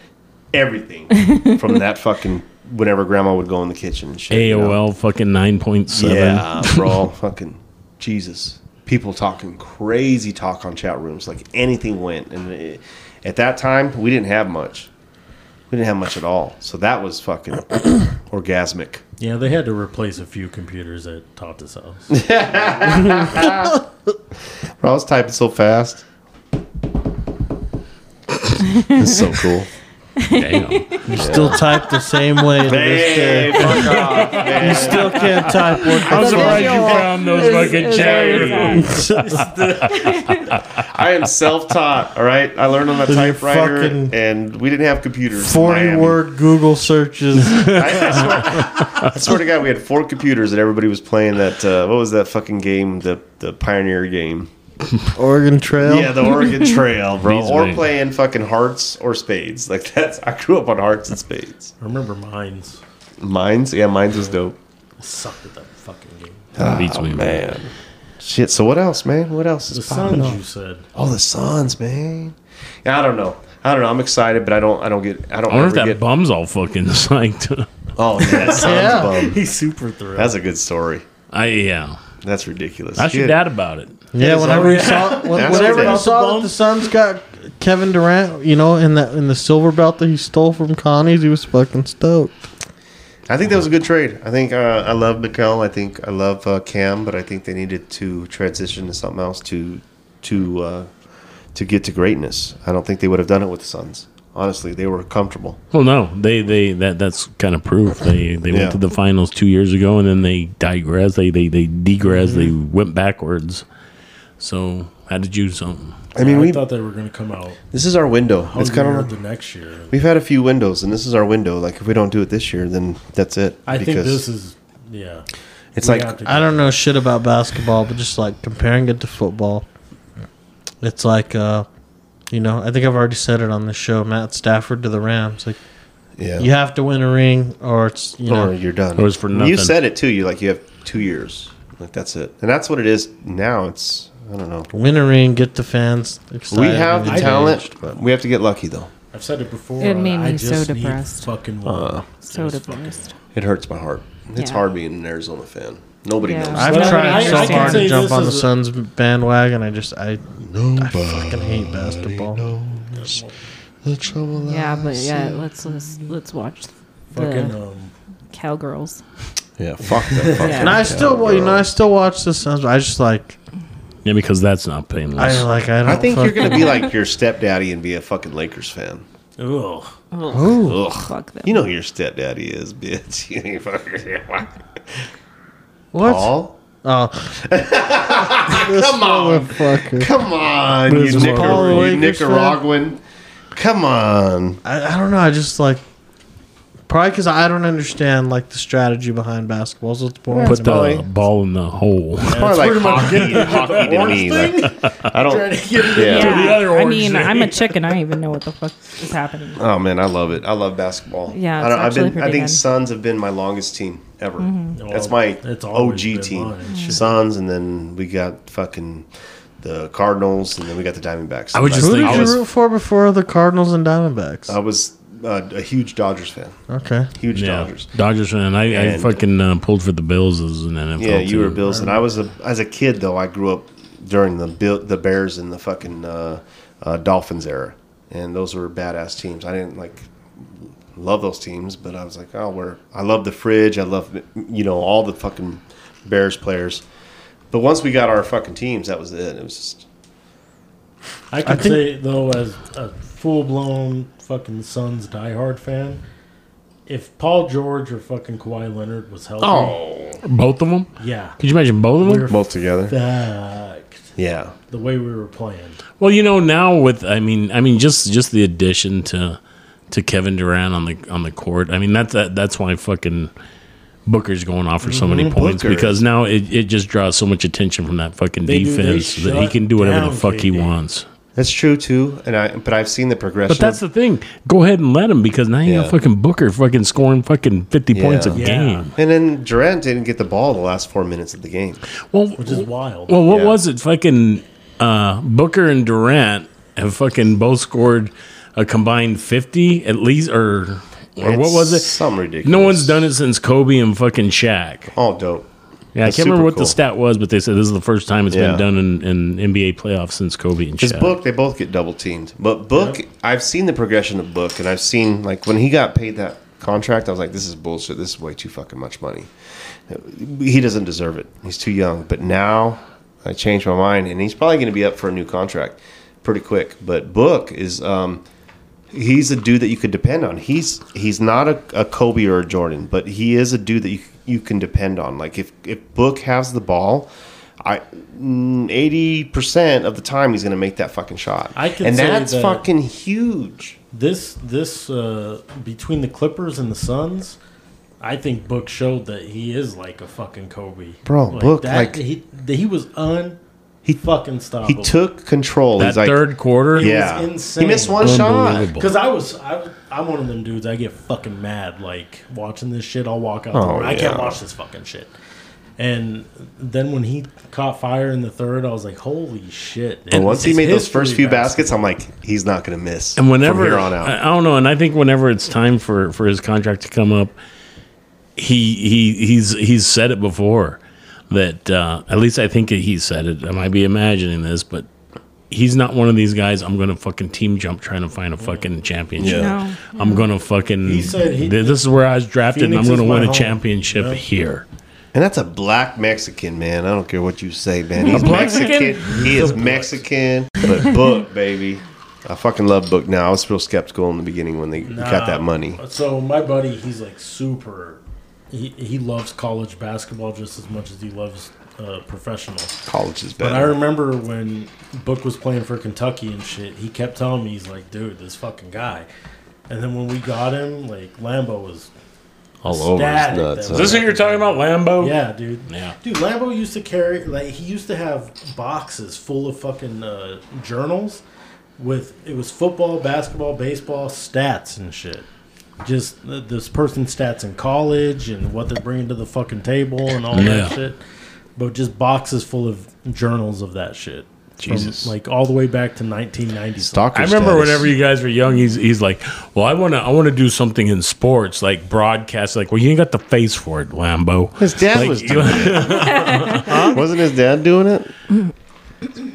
everything from that fucking whenever grandma would go in the kitchen and shit. you know? AOL fucking 9.7. [LAUGHS] Yeah, bro. fucking Jesus. People talking crazy talk on chat rooms. Like anything went. And it, at that time, we didn't have much. We didn't have much at all. So that was [COUGHS] fucking orgasmic. Yeah, they had to replace a few computers at [LAUGHS] Tata's house. Bro, I was typing so fast. it's so [LAUGHS] cool. Damn. [LAUGHS] You still type the same way to this day. You still can't type what the I'm fuck. surprised you found those fucking chat rooms. [LAUGHS] I am self taught, all right? I learned on a Your typewriter, fucking and we didn't have computers. in 40 Miami. word Google searches. I swear to God, we had four computers and everybody was playing that. Uh, what was that fucking game? The the Pioneer game. Oregon Trail. Yeah, the [LAUGHS] Oregon Trail, bro. These or men. playing fucking hearts or spades. Like that's. I grew up on hearts and spades. I remember mines. Mines, yeah, mines was dope. I sucked at that fucking game. Oh, man. Shit. So what else, man? What else is The popping Suns, off? you said. Oh, the Suns, man. Yeah, I don't know. I don't know. I'm excited, but I don't. I don't get. I I don't. wonder if ever that get, bum's all fucking [LAUGHS] psyched. Oh yeah, [LAUGHS] that Suns bum. He's super thrilled. That's a good story. I yeah. That's ridiculous. Ask your Good. dad about it. Yeah, whenever you saw, when, That's whenever what it you is. saw that the Suns got Kevin Durant, you know, in that in the silver belt that he stole from Connie's, he was fucking stoked. I think that was a good trade. I think uh, I love Mikel. I think I love uh, Cam, but I think they needed to transition to something else to to uh, to get to greatness. I don't think they would have done it with the Suns. Honestly, they were comfortable. Well, no, they they that that's kind of proof. They they Yeah. went to the finals two years ago, and then they digressed. They they they degressed. They Mm-hmm. went backwards. So had to do something. I mean, I we thought Oh, they were going to come out. this is our window. It's hungrier kind the of next year. we've had a few windows, and this is our window. Like if we don't do it this year, then that's it. I think Because this is yeah. It's We like- have to- I don't know shit about basketball, but just like comparing it to football, it's like, uh, you know, I think I've already said it on the show. Matt Stafford to the Rams, like, Yeah. you have to win a ring, or it's you know, or you're done. It was for You nothing. said it too. You like you have two years. Like that's it, and that's what it is now. It's I don't know. win a ring, get the fans. Excited We have and the engaged, talent. but- We have to get lucky though. I've said it before. It made I me so just need depressed. Fucking one. Uh, So depressed. It hurts my heart. It's Yeah. hard being an Arizona fan. Nobody Yeah. knows. I've Well, tried I- so I can hard say to jump this on the is a- Suns bandwagon. I just I, I fucking hate basketball. The trouble. Yeah, but yeah, let's let's, let's watch the Fucking, um, cowgirls. Yeah, fuck that. Fuck Yeah. And I that. still, well, you know, I still watch the Suns. but I just like Yeah, because that's not painless. I like I don't. I think you're fucking- gonna [LAUGHS] be like your stepdaddy and be a fucking Lakers fan. Ugh. Ooh. Ugh. Fuck them. You know who your stepdaddy is, bitch. [LAUGHS] You ain't fucking- what? Paul? Oh, Come on. motherfucker. Come on, This you, is Nicar- Paul you Lakers fan? Nicaraguan. Come on. I, I don't know. I just like probably because I don't understand like the strategy behind basketball. So it's boring. Put to me. the ball in the hole. It's more like hockey, hockey to me. Like, I don't. Yeah. I mean, I'm a chicken. I don't even know what the fuck [LAUGHS] is happening. Oh man, I love it. I love basketball. Yeah, it's I, don't, I've actually been. I pretty think good. Mm-hmm. Suns have been my longest team ever. That's Well, my it's OG always been team. mine. Suns, and then we got fucking the Cardinals, and then we got the Diamondbacks. I would just Who think did I you was, root for before the Cardinals and Diamondbacks? I was uh, a huge Dodgers fan. Okay. Huge Yeah, Dodgers. Dodgers fan. I, I And- fucking uh, pulled for the Bills as an NFL. Yeah, you team. were Bills, and I was a as a kid though. I grew up during the Bill, the Bears and the fucking uh, uh, Dolphins era, and those were badass teams. I didn't like love those teams, but I was like, oh, we're I love the fridge. I love you know all the fucking Bears players. But once we got our fucking teams, that was it. It was just I can say though, as a full blown fucking Suns diehard fan, if Paul George or fucking Kawhi Leonard was healthy, Oh. both of them. yeah, Could you imagine both of them? both together. fucked Yeah, the way we were playing. Well, you know now with I mean I mean just just the addition to to Kevin Durant on the on the court. I mean that's that, that's why fucking Booker's going off for so many Mhm, points Booker. because now it, it just draws so much attention from that fucking They do- they defense that he shut can do whatever the down fuck he KD. wants. That's true too, and I but I've seen the progression. But that's the thing. Go ahead and let him because now you Yeah. got fucking Booker fucking scoring fucking fifty points a game. And then Durant didn't get the ball the last four minutes of the game. Well, which is wild. Well, what was it? Fucking uh, Booker and Durant have fucking both scored a combined fifty at least, or or what was it? It's something ridiculous. No one's done it since Kobe and fucking Shaq. Oh, dope. Yeah, That's I can't super remember what cool. the stat was, but they said this is the first time it's Yeah. been done in, in NBA playoffs since Kobe and His Shaq. book, they both get double teamed. But book, I've seen the progression of book, and I've seen like when he got paid that contract, I was like, this is bullshit. This is way too fucking much money. He doesn't deserve it. He's too young. But now I changed my mind, and he's probably going to be up for a new contract pretty quick. But book is. Um, He's a dude that you could depend on. He's he's not a, a Kobe or a Jordan, but he is a dude that you you can depend on. Like if if Book has the ball, I eighty percent of the time he's going to make that fucking shot. I can and say that's that- fucking huge. This this uh, between the Clippers and the Suns, I think Book showed that he is like a fucking Kobe, Bro, Like Book, that, like- he that he was un he fucking stopped. He took control. That he's like, third quarter, yeah, It was insane. he missed one shot. Because I was, I was, I'm one of them dudes. I get fucking mad like watching this shit. I'll walk out. the Oh, door. I yeah. can't watch this fucking shit. And then when he caught fire in the third, I was like, holy shit! And once he It's made those history first few basketball. baskets, I'm like, he's not going to miss. And from whenever here on out, I, I don't know, and I think whenever it's time for for his contract to come up, he he he's he's said it before that uh, at least I think that he said it. I might be imagining this, but he's not one of these guys. I'm going to fucking team jump trying to find a fucking championship. Yeah. I'm going to fucking. He said he- this is where I was drafted, and Phoenix I'm is going to my win a home. championship Yeah. here. and that's a black Mexican man. I don't care what you say, man. A He's black Mexican. Mexican? He is Mexican, but book baby. I fucking love book now. I was real skeptical in the beginning when they got that money. So my buddy, he's like super. He he loves college basketball just as much as he loves uh, professional. College is But I better. remember when Book was playing for Kentucky and shit. He kept telling me he's like, dude, this fucking guy. And then when we got him, like Lambo was All over his ecstatic nuts, that huh? Is this who you're talking about, Lambo? Yeah, dude. Yeah. Dude, Lambo used to carry like he used to have boxes full of fucking uh, journals with it was football, basketball, baseball stats and shit. Just th- this person's stats in college and what they're bringing to the fucking table and all Yeah. that shit. But just boxes full of journals of that shit. From, Jesus. like all the way back to 1990. I remember whenever you guys were young, he's he's like, "Well, I want to I want to do something in sports, like broadcast." Like, well, you ain't got the face for it, Lambo. [LAUGHS] His dad Like, was you- doing [LAUGHS] it. Wasn't his dad doing it?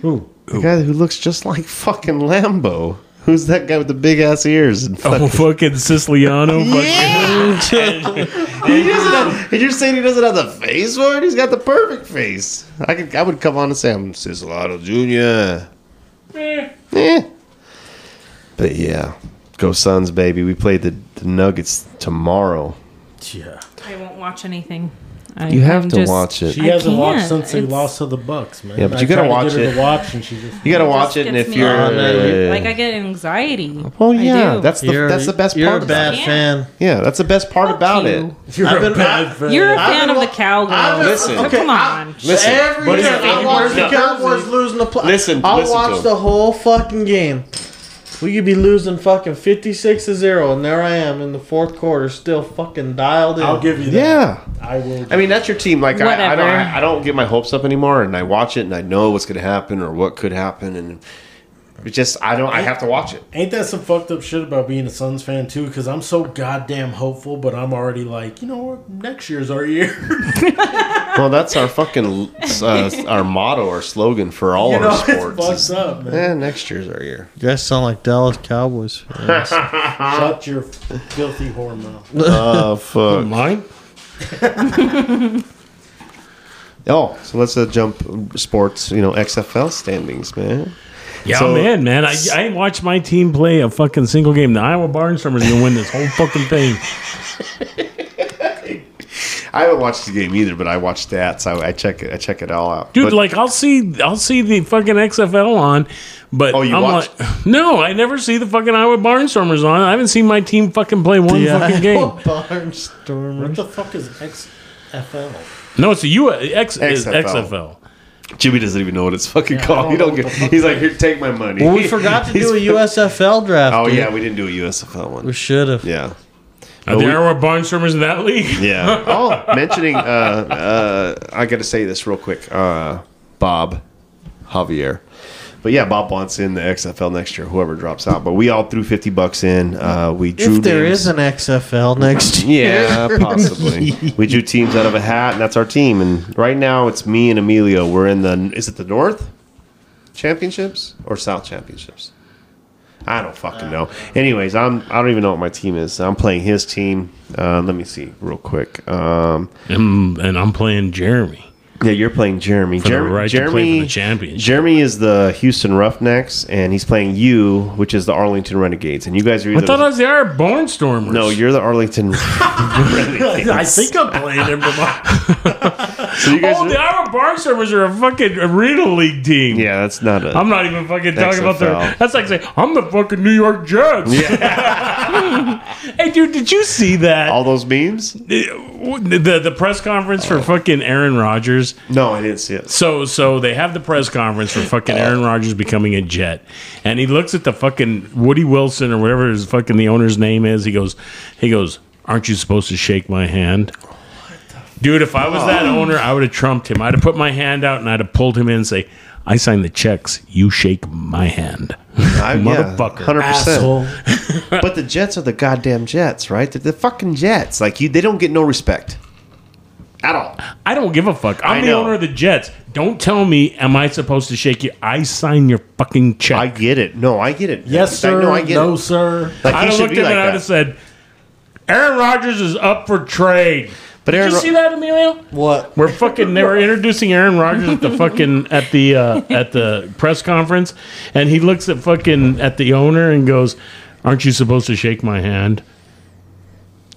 Who? The guy who looks just like fucking Lambo. Who's that guy with the big ass ears and fucking? Oh, [LAUGHS] fucking Siciliano. he doesn't have, and you're saying he doesn't have the face for it? He's got the perfect face. I could, I would come on and say I'm Siciliano Junior. Eh. But yeah, go Suns, baby. We played the, the Nuggets tomorrow. Yeah. I won't watch anything. I, You have to watch it. She I hasn't watched can't. since they It's- lost to the Bucks, man. Yeah, but I you gotta tried to watch get her it. To watch and she just You gotta It watch just it, and gets if me you're all- like I get anxiety. Oh I yeah, do. that's the You're- that's the best you're part. a bad about it. [LAUGHS] fan. Yeah, that's the best part about it. You're I've been- You're a I've fan been of wa- the Cowgirls. Listen. Oh, come on. Listen, every but it's time I not- watch no. the Cowboys losing the play. Listen- I'll listen to watch him. the whole fucking game. We could be losing fucking fifty six to zero, and there I am in the fourth quarter, still fucking dialed in. I'll give you that. Yeah. I will. I mean, that's your team. Like I, I don't, Whatever. I don't get my hopes up anymore, and I watch it, and I know what's going to happen or what could happen, and it just I don't. I have to watch it. Ain't that some fucked up shit about being a Suns fan too? Because I'm so goddamn hopeful, but I'm already like, you know what? Next year's our year. [LAUGHS] Well, that's our fucking [LAUGHS] uh, our motto, our slogan for all you of know, our it's sports. fucked up, Eh, man. next year's our year. You guys sound like Dallas Cowboys [LAUGHS] fans. Shut your filthy whore mouth. Oh fuck. Mine. Oh, so let's uh, jump sports. You know, XFL standings, man. Yeah, So- I'm in, man. I, I ain't watched my team play a fucking single game. The Iowa Barnstormers are gonna win this whole fucking thing. [LAUGHS] I haven't watched the game either, but I watch stats. I, I check it. I check it all out, dude. But- like I'll see, I'll see the fucking XFL on, but Oh, you I'm watch- like, [LAUGHS] no, I never see the fucking [LAUGHS] [LAUGHS] Iowa Barnstormers on. I haven't seen my team fucking play one fucking game. Barnstormers. What the fuck is X? FL. No, it's the U X is XFL. Jimmy doesn't even know what it's fucking Yeah, I called. don't He know don't what get, the fuck he's like, here, take my money. Well, [LAUGHS] we forgot to He's- do a USFL draft. [LAUGHS] Oh dude. yeah, we didn't do a USFL one. We should have. Yeah. Are But we- there were barnstormers in that league. Yeah. [LAUGHS] Oh, mentioning, uh, uh, I got to say this real quick. Uh, Bob Javier. But yeah, Bob wants in the XFL next year, whoever drops out. But we all threw 50 bucks in. Uh, we drew If there names. is an XFL next year, [LAUGHS] Yeah, possibly. we drew teams out of a hat, and that's our team. And right now, it's me and Emilio. We're in the is it the North Championships or South Championships? I don't fucking know. Anyways, I'm I don't even know what my team is. I'm playing his team. Uh, let me see real quick. Um, and, I'm playing Jeremy. Yeah, you're playing Jeremy. For the Jeremy, right to play for Jeremy, the championship. Jeremy is the Houston Roughnecks, and he's playing you, which is the Arlington Renegades. And you guys are I either thought I was the Ar- [LAUGHS] barnstormers. no, you're the [LAUGHS] Arlington. I think I'm playing [LAUGHS] him tomorrow. So you guys oh, the Iowa Barnstormers are a fucking arena league team. Yeah, that's not a. I'm not even fucking talking about XFL. their. That's like saying I'm the fucking New York Jets. [LAUGHS] hey, dude, did you see that? All those memes. The the press conference for fucking Aaron Rodgers. No, I didn't see it. So so they have the press conference for fucking Aaron Rodgers becoming a Jet, and he looks at the fucking Woody Wilson or whatever his fucking the owner's name is. He goes, he goes, aren't you supposed to shake my hand? Dude, if I was that Oh. owner, I would have trumped him. I'd have put my hand out and I'd have pulled him in and say, I sign the checks. You shake my hand. Motherfucker. hundred percent. [LAUGHS] But the Jets are the goddamn Jets, right? They're the fucking Jets. Like you, they don't get no respect at all. I don't give a fuck. I'm I the know. owner of the Jets. Don't tell me, am I supposed to shake you? I sign your fucking check. I get it. No, I get it. Yes, I sir. know, I get no, it. sir. Like, he I'd have should looked be at him like and I'd that. have said, Aaron Rodgers is up for trade. But Did Aaron you Ro- see that, Emilio? What? We're fucking. They were introducing Aaron Rodgers at the fucking at the uh, at the press conference, and he looks at fucking at the owner and goes, "Aren't you supposed to shake my hand?"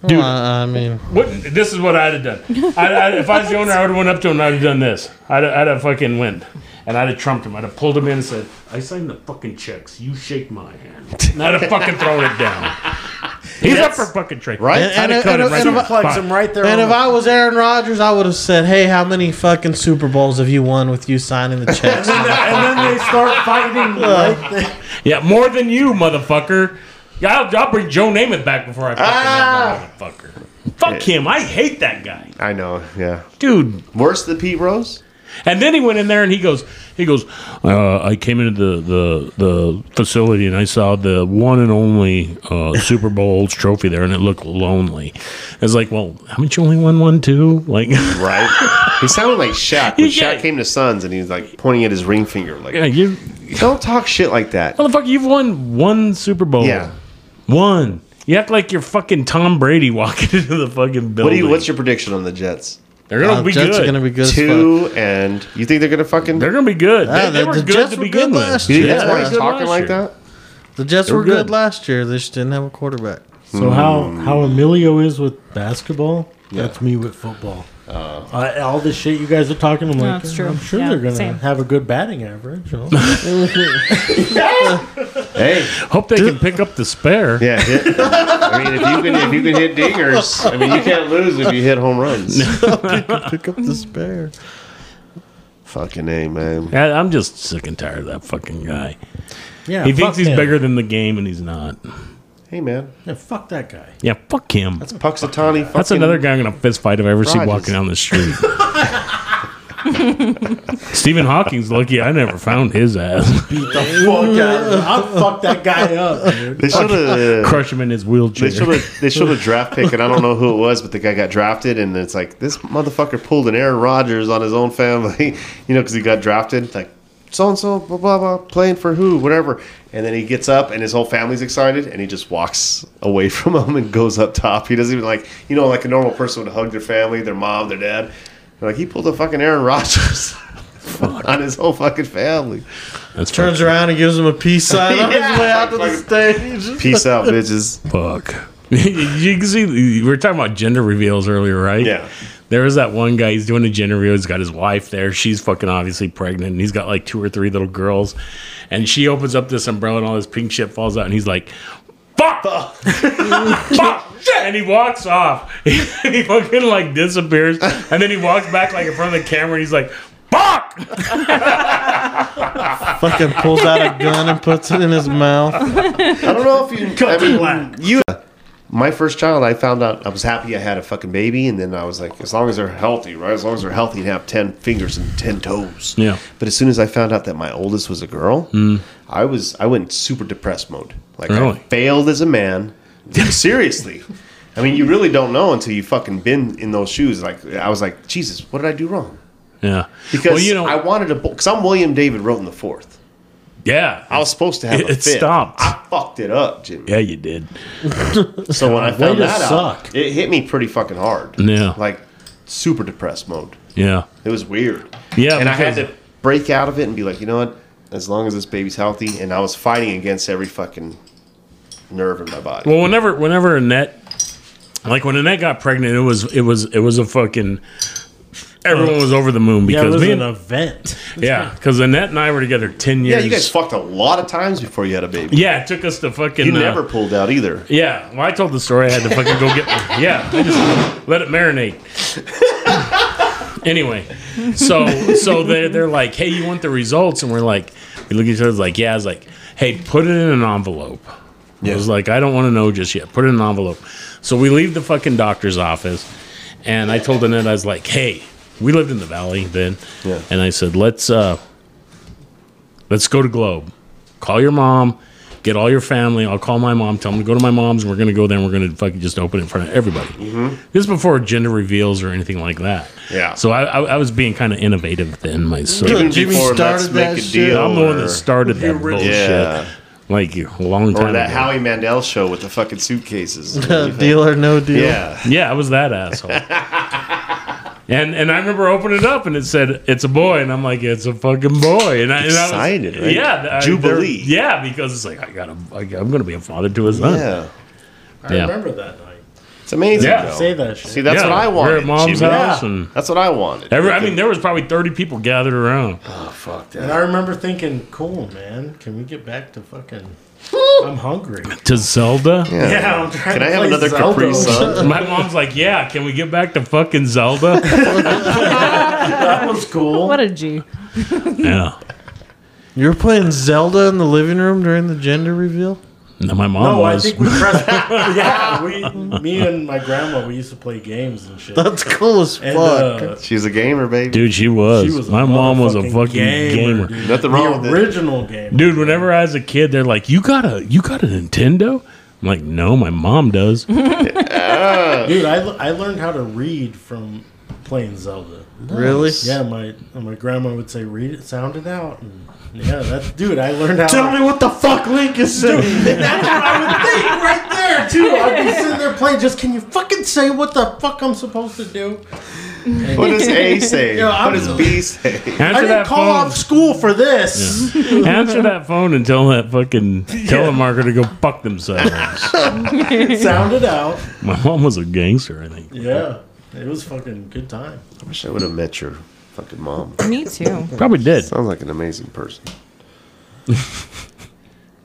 Dude, I mean, What? This is what I'd have done. I, I, if I was the owner, I would have went up to him and I'd have done this. I'd, I'd have fucking went. And I'd have trumped him. I'd have pulled him in and said, I signed the fucking checks. You shake my hand. And I'd have fucking thrown it down. He's up for fucking trade. Right? I'd have cut him right to the spot. And if I was Aaron Rodgers, I would have said, "Hey, how many fucking Super Bowls have you won with you signing the [LAUGHS] checks?" [LAUGHS] and then they start [LAUGHS] fighting. like that. Yeah, more than you, motherfucker. Yeah, I'll, I'll bring Joe Namath back before I fucking ah. motherfucker. Fuck him. I hate that guy. I know. Yeah, dude. Worse than Pete Rose. And then he went in there and he goes, he goes, uh, I came into the, the the facility and I saw the one and only [LAUGHS] uh, Super Bowl's trophy there, and it looked lonely. I was like, well, haven't you only won one too? Like, [LAUGHS] right? He sounded like Shaq. When Yeah. Shaq came to Suns and he was like pointing at his ring finger, like, yeah, you don't talk shit like that. motherfucker, you've won one Super Bowl. Yeah. one. You act like you're fucking Tom Brady walking [LAUGHS] into the fucking building. What do you? What's your prediction on the Jets? They're Oh, gonna Uh, be Jets are good. gonna be good as Two and you think they're gonna fucking? They're gonna be good. Yeah, They- they the- were the good Jets to were begin good with. last You think year. that's Yeah, why they he's were good talking last year. like that? the Jets They were, were good. good. last year. They just didn't have a quarterback. So how how Emilio is with basketball? Yeah. That's me with football. Uh, all this shit you guys are talking, I'm like, No, it's true. I'm sure Yeah, they're gonna same. have a good batting average. you know? Hey, hope they can pick up the spare. Yeah, hit- [LAUGHS] I mean, if you can if you can hit dingers, I mean, you can't lose if you hit home runs. [LAUGHS] Pick up the spare. fucking a man. I, I'm just sick and tired of that fucking guy. Yeah, he thinks fuck he's him. bigger than the game, and he's not. Hey man, yeah, fuck that guy. Yeah, fuck him. That's Puxatani. That's [LAUGHS] another guy I'm gonna fist fight if I ever see Rogers. walking down the street. Stephen Hawking's lucky I never found his ass. Beat the fuck out of him. I'll fuck that guy up, dude. They should have Crush him in his wheelchair. They should have they should have draft pick, and I don't know who it was, but the guy got drafted, and it's like this motherfucker pulled an Aaron Rodgers on his own family, [LAUGHS] you know, because he got drafted. Like so and so, blah blah blah, playing for who, whatever. And then he gets up, and his whole family's excited, and he just walks away [LAUGHS] from them and goes up top. He doesn't even like you know like a normal person would hug their family, their mom, their dad. Like he pulled a fucking Aaron [LAUGHS] Rodgers. On his whole fucking family. That's Turns around and gives him a peace sign on [LAUGHS] his way out to the stage. Peace out, bitches. Fuck. [LAUGHS] you can see we were talking about gender reveals earlier, right? Yeah. There was that one guy. He's doing a gender reveal. He's got his wife there. She's fucking obviously pregnant. And he's got like two or three little girls, and she opens up this umbrella, and all this pink shit falls out, and he's like, [LAUGHS] "Fuck, fuck, and he walks off. [LAUGHS] He, he fucking like disappears, and then he walks back like in front of the camera, and he's like, "Fuck!" [LAUGHS] Fucking pulls out a gun and puts it in his mouth. [LAUGHS] I don't know if you. I mean, you. My first child, I found out I was happy I had a fucking baby, and then I was like, as long as they're healthy, right? As long as they're healthy and have ten fingers and ten toes. Yeah. But as soon as I found out that my oldest was a girl, Mm. I was I went super depressed mode. Like I Really? failed as a man. [LAUGHS] Seriously. I mean, you really don't know until you fucking been in those shoes. Like I was like, Jesus, what did I do wrong? Yeah. Because you know, I wanted a because I'm William David wrote in the fourth. Yeah, I was supposed to have It- a it fifth. stopped. I fucked it up, Jimmy. Yeah, you did. So when I Way found to that suck. out, it hit me pretty fucking hard. Yeah. like super depressed mode. Yeah. It was weird. Yeah, and I had because- to break out of it and be like, you know what? As long as this baby's healthy, and I was fighting against every fucking nerve in my body. Well, whenever whenever Annette, like when Annette got pregnant, it was it was it was a fucking. Everyone was over the moon yeah, because it was me an and- event. yeah, because Annette and I were together ten Yeah, years. you guys fucked a lot of times before you had a baby. Yeah, it took us to fucking. You uh, never pulled out either. Yeah, well, I told the story. I had to fucking go get. Yeah, I just let it marinate. anyway, so so they're they're like, hey, you want the results? And we're like, we look at each other like, yeah. I was like, hey, put it in an envelope. I was like, I don't want to know just yet. Put it in an envelope. So we leave the fucking doctor's office, and I told Annette, I was like, hey, we lived in the valley then, yeah. and I said, let's uh, let's go to Globe. Call your mom, get all your family. I'll call my mom, tell them to go to my mom's, and we're gonna go there. and We're gonna fucking just open it in front of everybody. Mm-hmm. This is before gender reveals or anything like that. Yeah. So I, I, I was being kind of innovative then myself. Even Jimmy before started Let's Make that a shit. Deal I'm the one or- that started The that original- bullshit. Yeah. Like a long time Or that ago. Howie Mandel show with the fucking [LAUGHS] suitcases. deal or no deal. Yeah. Yeah, I was that asshole. [LAUGHS] and and I remember opening it up and it said it's a boy and I'm like it's a fucking boy and I, and I was- Excited, right? yeah I- Jubilee. there- yeah because it's like I gotta I, I'm gonna be a father to a son Yeah. I remember that night. It's amazing. Yeah. though. Say that shit. See, that's Yeah, what I we're wanted. at mom's Jimmy. house and- that's what I wanted. Every, I mean there was probably 30 people gathered around oh fuck And I that. remember thinking, cool, man, can we get back to fucking. I'm [LAUGHS] hungry. to Zelda Yeah, I'm trying Can to I have play another Zelda. Capri Sun? my mom's like yeah can we get back to fucking Zelda [LAUGHS] that was cool. What a G. yeah You were playing Zelda in the living room during the gender reveal? no my mom No, I was think we [LAUGHS] pressed. yeah, we, me and my grandma, we used to play games and shit. That's cool as And, fuck. uh, She's a gamer, baby. [LAUGHS] dude she was, She was a my mom was a motherfucking fucking gamer. dude. Nothing wrong with The it. original game. Dude, whenever I was a kid, they're like, "You got a you got a Nintendo?" I'm like, "No, my mom does." Dude, I, l- I learned how to read from playing Zelda. Really? Yeah, my my grandma would say, "Read it, sound it out." And yeah, that's dude. I learned how. Tell me what the fuck Link is saying. That's what I would think right there too. I'd be sitting there playing. Just can you fucking say what the fuck I'm supposed to do? What does A [LAUGHS] say? Yo, I'm- what does B say? I Answer didn't that call phone. off school for [LAUGHS] this. Answer that phone and tell that fucking telemarketer to go fuck themselves. [LAUGHS] sound it out. my mom was a gangster, I think. Yeah, it was fucking good time. I wish I would have met your fucking mom. Me too. Probably did. Sounds like an amazing person.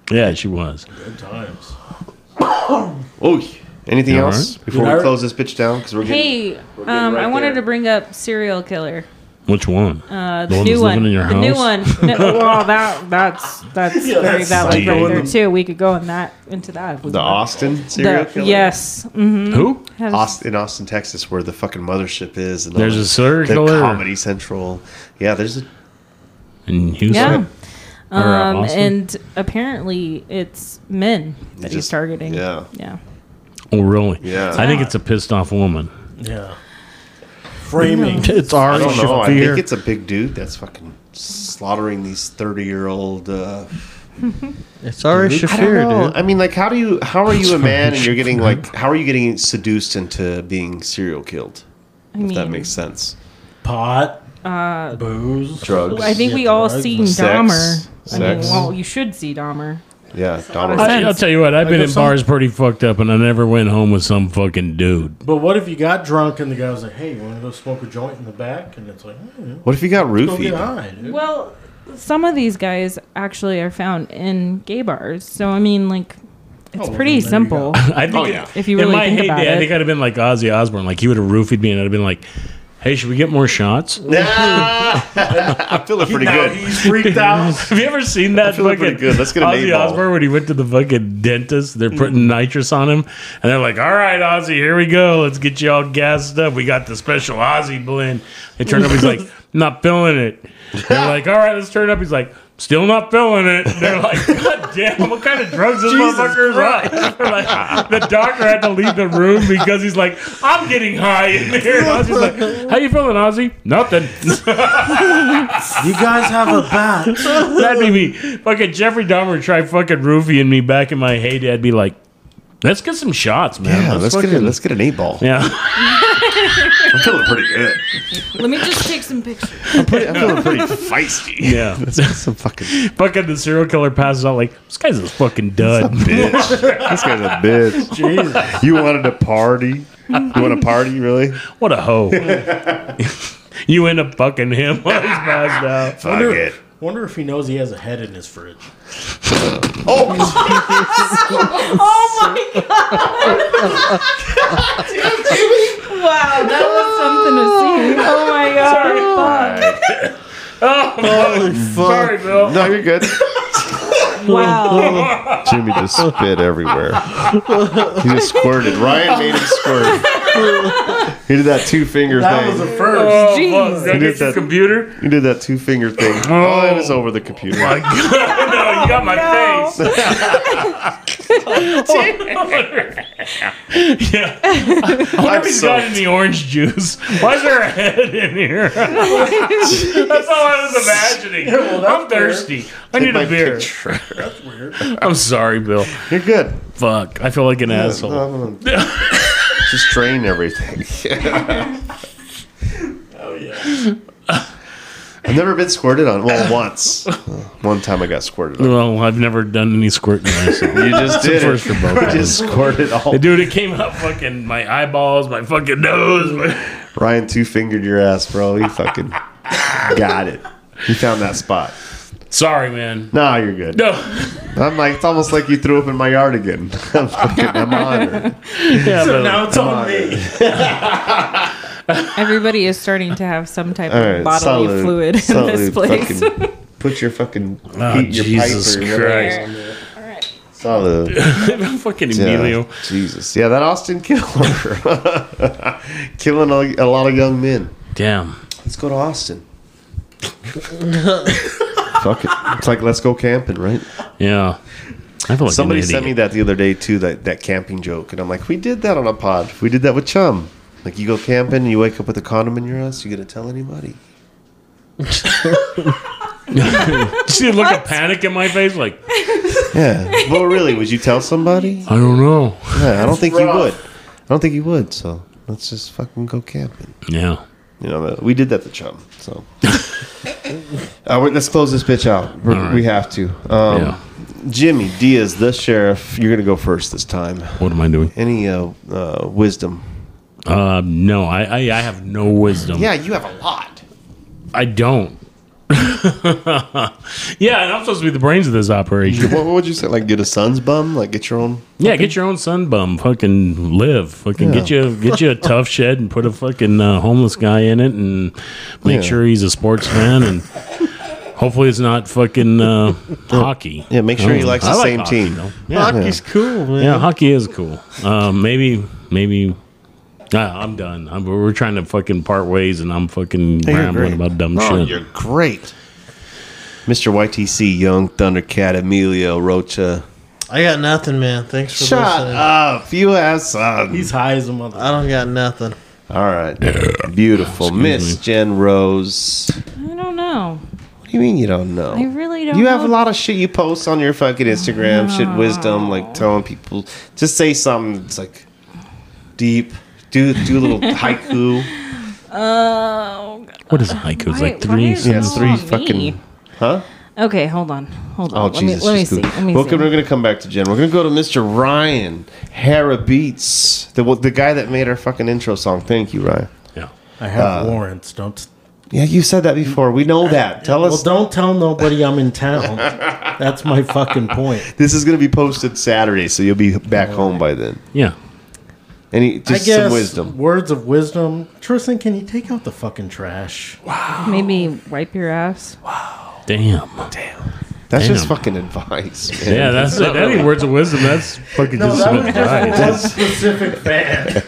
Yeah, she was. Good times. Oh, yeah. anything You all else right? before Dude, we I- close this bitch down? Because we're getting Hey, We're getting um, right I wanted there. to bring up serial killer. Which one? Uh, The the, one new that's one. living in your the new house? [LAUGHS] one. No, well, that that's that's Yeah, very that's valid psycho. right there too. We could go in that into that. If we the want. Austin The- serial killer. Yes. hmm Who? Austin, in Austin, Texas, where the fucking mothership is. And all There's the- a serial the killer. Comedy Central. Yeah, there's a. In Yeah. Houston. Or, uh, Um, Austin? and apparently it's men that he's just- targeting. yeah. Yeah. Oh, really? Yeah. I think it's a pissed off woman. Yeah. Framing. It's our I don't know. I Shafir. think it's a big dude that's fucking slaughtering these thirty-year-old. Uh, It's Ari I don't know. Shafir, I mean, like, how do you? How are you a man and you're getting like? How are you getting seduced into being serial killed? I If mean, that makes sense. Pot. uh, Booze. Drugs. I think Yeah, we all drugs. seen Sex. Dahmer. I mean, Sex. well, you should see Dahmer. Yeah, Donald. I, will tell you what, I've I been guess in some- bars pretty fucked up, and I never went home with some fucking dude. [LAUGHS] But what if you got drunk and the guy was like, "Hey, you want to go smoke a joint in the back?" And it's like, "Hmm, What if you got "Go get roofied? high." Dude. Well, some of these guys actually are found in gay bars. So I mean, like, Oh, It's pretty simple. I think if you really in my think heyday, about I it. think I'd have been like Ozzy Osbourne. Like he would have roofied me, and I'd have been like, "Hey, should we get more shots?" [LAUGHS] I feel it pretty good. He's freaked out. have you ever seen that? I feel it pretty fucking good. Let's get an Hmm. eight Ozzy ball. Osbourne when he went to the fucking dentist. They're putting nitrous on him, and they're like, "All right, Ozzy, here we go. Let's get you all gassed up. We got the special Ozzy blend." They turn up. He's [LAUGHS] like, "Not feeling it." They're like, "All right, let's turn it up." He's like. Still not feeling it. They're like, [LAUGHS] God damn, what kind of drugs this Jesus motherfucker's on? [LAUGHS] They're like, the doctor had to leave the room because he's like, I'm getting high in here. And Ozzy's like, How you feeling, Ozzy? Nothing. [LAUGHS] You guys have a bat. [LAUGHS] [LAUGHS] That'd be me. Fucking Jeffrey Dahmer would try fucking roofying me back in my heyday. I'd be like, let's get some shots, man. Yeah, let's get it. fucking- Let's get an eight ball. [LAUGHS] Yeah. I'm feeling pretty good. Let me just take some pictures. I'm, pretty, [LAUGHS] I'm feeling pretty feisty. [LAUGHS] Yeah. Let's get some fucking [LAUGHS] [LAUGHS] fucking the serial killer passes out like, this guy's a fucking dud. bitch. this guy's a [LAUGHS] bitch. You wanted to party. You want to party, really? what [LAUGHS] a hoe. [LAUGHS] you end up fucking him while he's passed [LAUGHS] out. Fuck it. Wonder if he knows he has a head in his fridge. oh my god! wow, that was something to see. [LAUGHS] Oh my god! Oh, Holy Sorry, Bill. No, you're good. Wow. Jimmy just spit everywhere. He just squirted. Ryan made him squirt. He did that two finger That thing. was a first. Oh, fuck. Did I You get did your that- computer? he did that two finger thing. Oh, it was over the computer. My God. no, you got my Oh, [LAUGHS] face. yeah. I wonder I'm if he's so- got any orange juice. Why is there a head in [LAUGHS] here? That's all I was imagining. I'm thirsty. I need a beer. I'm sorry, Bill. You're good. Fuck. I feel like an asshole. Um, [LAUGHS] just drain [LAUGHS] everything. Oh yeah. I've never been squirted on. Well, [LAUGHS] once. Uh, one time I got squirted on. Well, I've never done any squirting myself. You just It's a did it. first for both of You just squirted all. Dude, it came out fucking my eyeballs, my fucking nose. My... Ryan two fingered your ass, bro. He fucking [LAUGHS] got it. He found that spot. Sorry, man. Nah, you're good. [LAUGHS] No. I'm like, it's almost like you threw up in my yard again. [LAUGHS] I'm fucking, I'm honored. Yeah, but- So now it's on me. [LAUGHS] Everybody is starting to have some type All of right, bodily solid- fluid in solid this place. [LAUGHS] fucking- Put your fucking heat, Oh, in your Jesus pipe or whatever. Christ. [LAUGHS] Solid. fucking Yeah. Emilio. Jesus. Yeah, that Austin Killer. [LAUGHS] Killing a, a lot of young men. Damn. Let's go to [LAUGHS] Austin. Fuck it. It's like let's go camping, right? Yeah. I feel like Somebody an idiot. sent me that the other day too, that, that camping joke, and I'm like, we did that on a pod. We did that with Chum. Like you go camping, you wake up with a condom in your ass, you gonna tell anybody? See the look of panic in my face, like Yeah. [LAUGHS] well, really, would you tell somebody? I don't know. Yeah, I don't think you would. I don't think you would. So let's just fucking go camping. Yeah. You know, that- we did that to Chum. [LAUGHS] So uh, wait, let's close this bitch out. We're- All right. We have to. Um, Yeah. Jimmy Diaz, the sheriff. You're gonna go first this time. What am I doing? Any uh, uh, wisdom? Uh, no, I, I I have no wisdom. Yeah, you have a lot. I don't. [LAUGHS] yeah, and I'm supposed to be the brains of this operation. [LAUGHS] What, what would you say? Like get a son's bum? Like get your own? Yeah, get your own sun bum. Fucking live. Fucking get you get [LAUGHS] you a tough shed and put a fucking uh, homeless guy in it and make Yeah. sure he's a sports fan and hopefully it's not fucking uh, hockey. Yeah, make sure he Oh, likes I the like same hockey, team. though. Hockey's cool, man. Yeah, hockey is cool. Um, maybe, maybe. Ah, I'm done. I'm, we're trying to fucking part ways, and I'm fucking Hey, you're rambling great. about dumb Oh, shit. you're great. Mr. YTC, Young Thundercat, Emilio Rocha. I got nothing, man. Thanks for Shut listening. up. You have some. He's high as a mother. I don't got nothing. All right. Beautiful. Miss Jen Rose. I don't know. What do you mean you don't know? I really don't. you have know. a lot of shit you post on your fucking Instagram, shit wisdom, like telling people just say something that's like deep. Do do a [LAUGHS] little haiku. Oh, God. What is haiku? It's Why- like three. why is Yeah, it it's all three on me? fucking Huh? Okay, hold on, hold Oh on. let Jesus! me, let me she's see. good. Let me Welcome. see. We're gonna come back to Jen. We're gonna go to Mr. Ryan Hara Beats, the the guy that made our fucking intro song. Thank you, Ryan. Yeah. I have warrants. Don't Yeah, you said that before. We know that. Tell us. Well, don't tell nobody I'm in town. That's my fucking point. This is going to be posted Saturday, so you'll be back home by then. Yeah. Any I just guess some wisdom. Words of wisdom. Tristan, can you take out the fucking trash? Wow. Maybe wipe your ass. Damn. Damn. That's Damn. just fucking advice. Man. Yeah, that's that ain't words of wisdom. [LAUGHS] That's fucking No, just that some was advice. just one specific [LAUGHS] fan.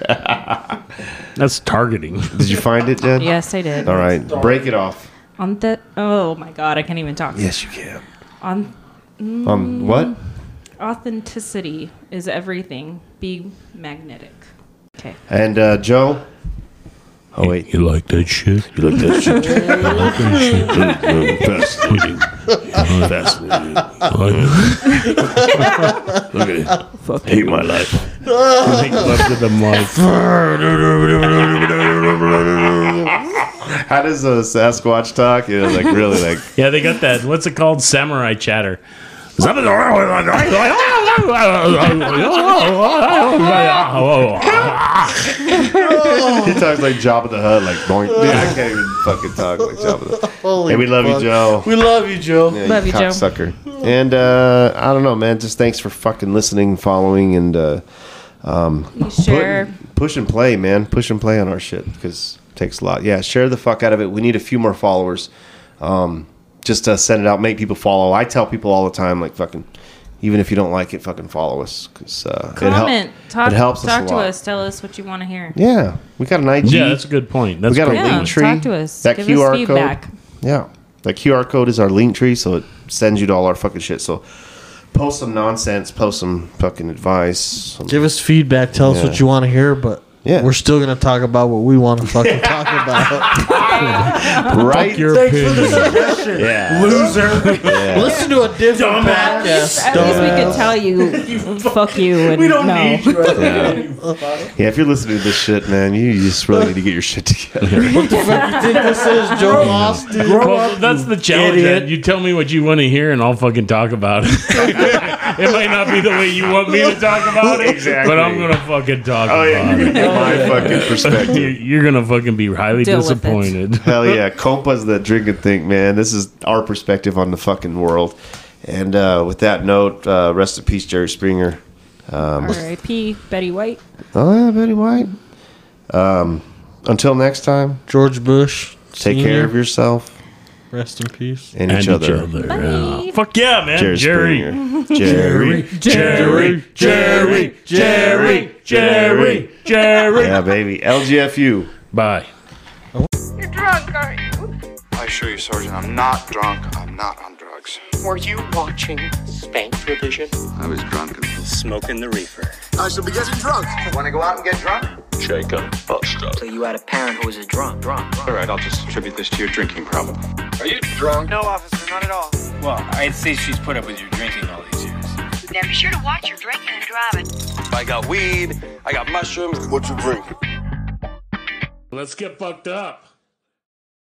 That's targeting. Did you find it, Jen? Yes, I did. All right, break it off. On the oh my god, I can't even talk. Yes, you can. On Um, what? authenticity is everything. Be magnetic. Okay. And uh, Joe. Oh wait, you like that shit? You like that [LAUGHS] shit? [LAUGHS] Mm, Fascinating. Uh-huh. Oh, Fascinating. [LAUGHS] Look at it. Hate my life. Make love to the How does a Sasquatch talk? Yeah, like really, like [LAUGHS] Yeah, they got that. What's it called? [LAUGHS] Samurai chatter. That's he talks like Jabba the Hutt, like boing. Yeah, I can't even fucking talk like Jabba the Hutt. [LAUGHS] Holy Hey, we love fuck. you, Joe. We love you, Joe. Yeah, cocksucker. And uh, I don't know, man. Just thanks for fucking listening, following, and uh, um, You share. put- push and play, man. Push and play on our shit because it takes a lot. Yeah, share the fuck out of it. We need a few more followers. Um, just uh, send it out, make people follow. I tell people all the time, like fucking, even if you don't like it, fucking follow us because uh, it hel- Comment. talk. it helps talk us a to lot. us. Tell us what you want to hear. Yeah, we got an IG. Yeah, that's a good point. That's we got great. a Yeah, link tree. talk to us. That Give us QR feedback. code. Yeah, that QR code is our link tree, so it sends you to all our fucking shit. So post some nonsense, post some fucking advice. Some, Give us feedback. Tell us Yeah. what you want to hear, but Yeah. we're still gonna talk about what we want to fucking talk about. right? your Thanks for the opinion. suggestion, [LAUGHS] Yeah. loser. Yeah. Listen to a different At least, podcast. [LAUGHS] at least we could tell [LAUGHS] you, fuck you. And we don't no. need you. Yeah, if you're listening to this shit, man, you just really need to get your shit together. What the fuck you think this is, Joe Austin? Well, that's the challenge. Ed. You tell me what you want to hear, and I'll fucking talk about [LAUGHS] it. it might not be the way you want me to talk about it, Exactly. but I'm gonna fucking talk Oh, about [LAUGHS] yeah, you're gonna [LAUGHS] get my fucking it. [LAUGHS] You're, perspective. you're gonna fucking be highly Deal with it. disappointed. Hell yeah, Compa's the drinking thing, man. This is our perspective on the fucking world. And uh, with that note, uh, rest in peace, Jerry Springer. Um, R.I.P. Betty White. Oh yeah, Betty White. Um, until next time, George Bush. take Senior. care of yourself Rest in peace. and, And each other. yeah. Fuck yeah, man, Jerry Jerry. Springer. Jerry. Jerry, Jerry, Jerry, Jerry, Jerry. yeah, baby. LGFU. Bye. You're drunk, aren't you? I assure you, Sergeant, I'm not drunk. I'm not on drugs. Were you watching Spank Revision? I was drunk. Smoking the reefer. I should be getting drunk. Wanna go out and get drunk? Jake, I'm bust up. So you had a parent who was a drunk, drunk, drunk. Alright, I'll just attribute this to your drinking problem. Are you drunk? No, officer, not at all. Well, I'd say she's put up with your drinking all these years. Now be sure to watch your drinking and driving. I got weed, I got mushrooms. What you drink? Let's get fucked up.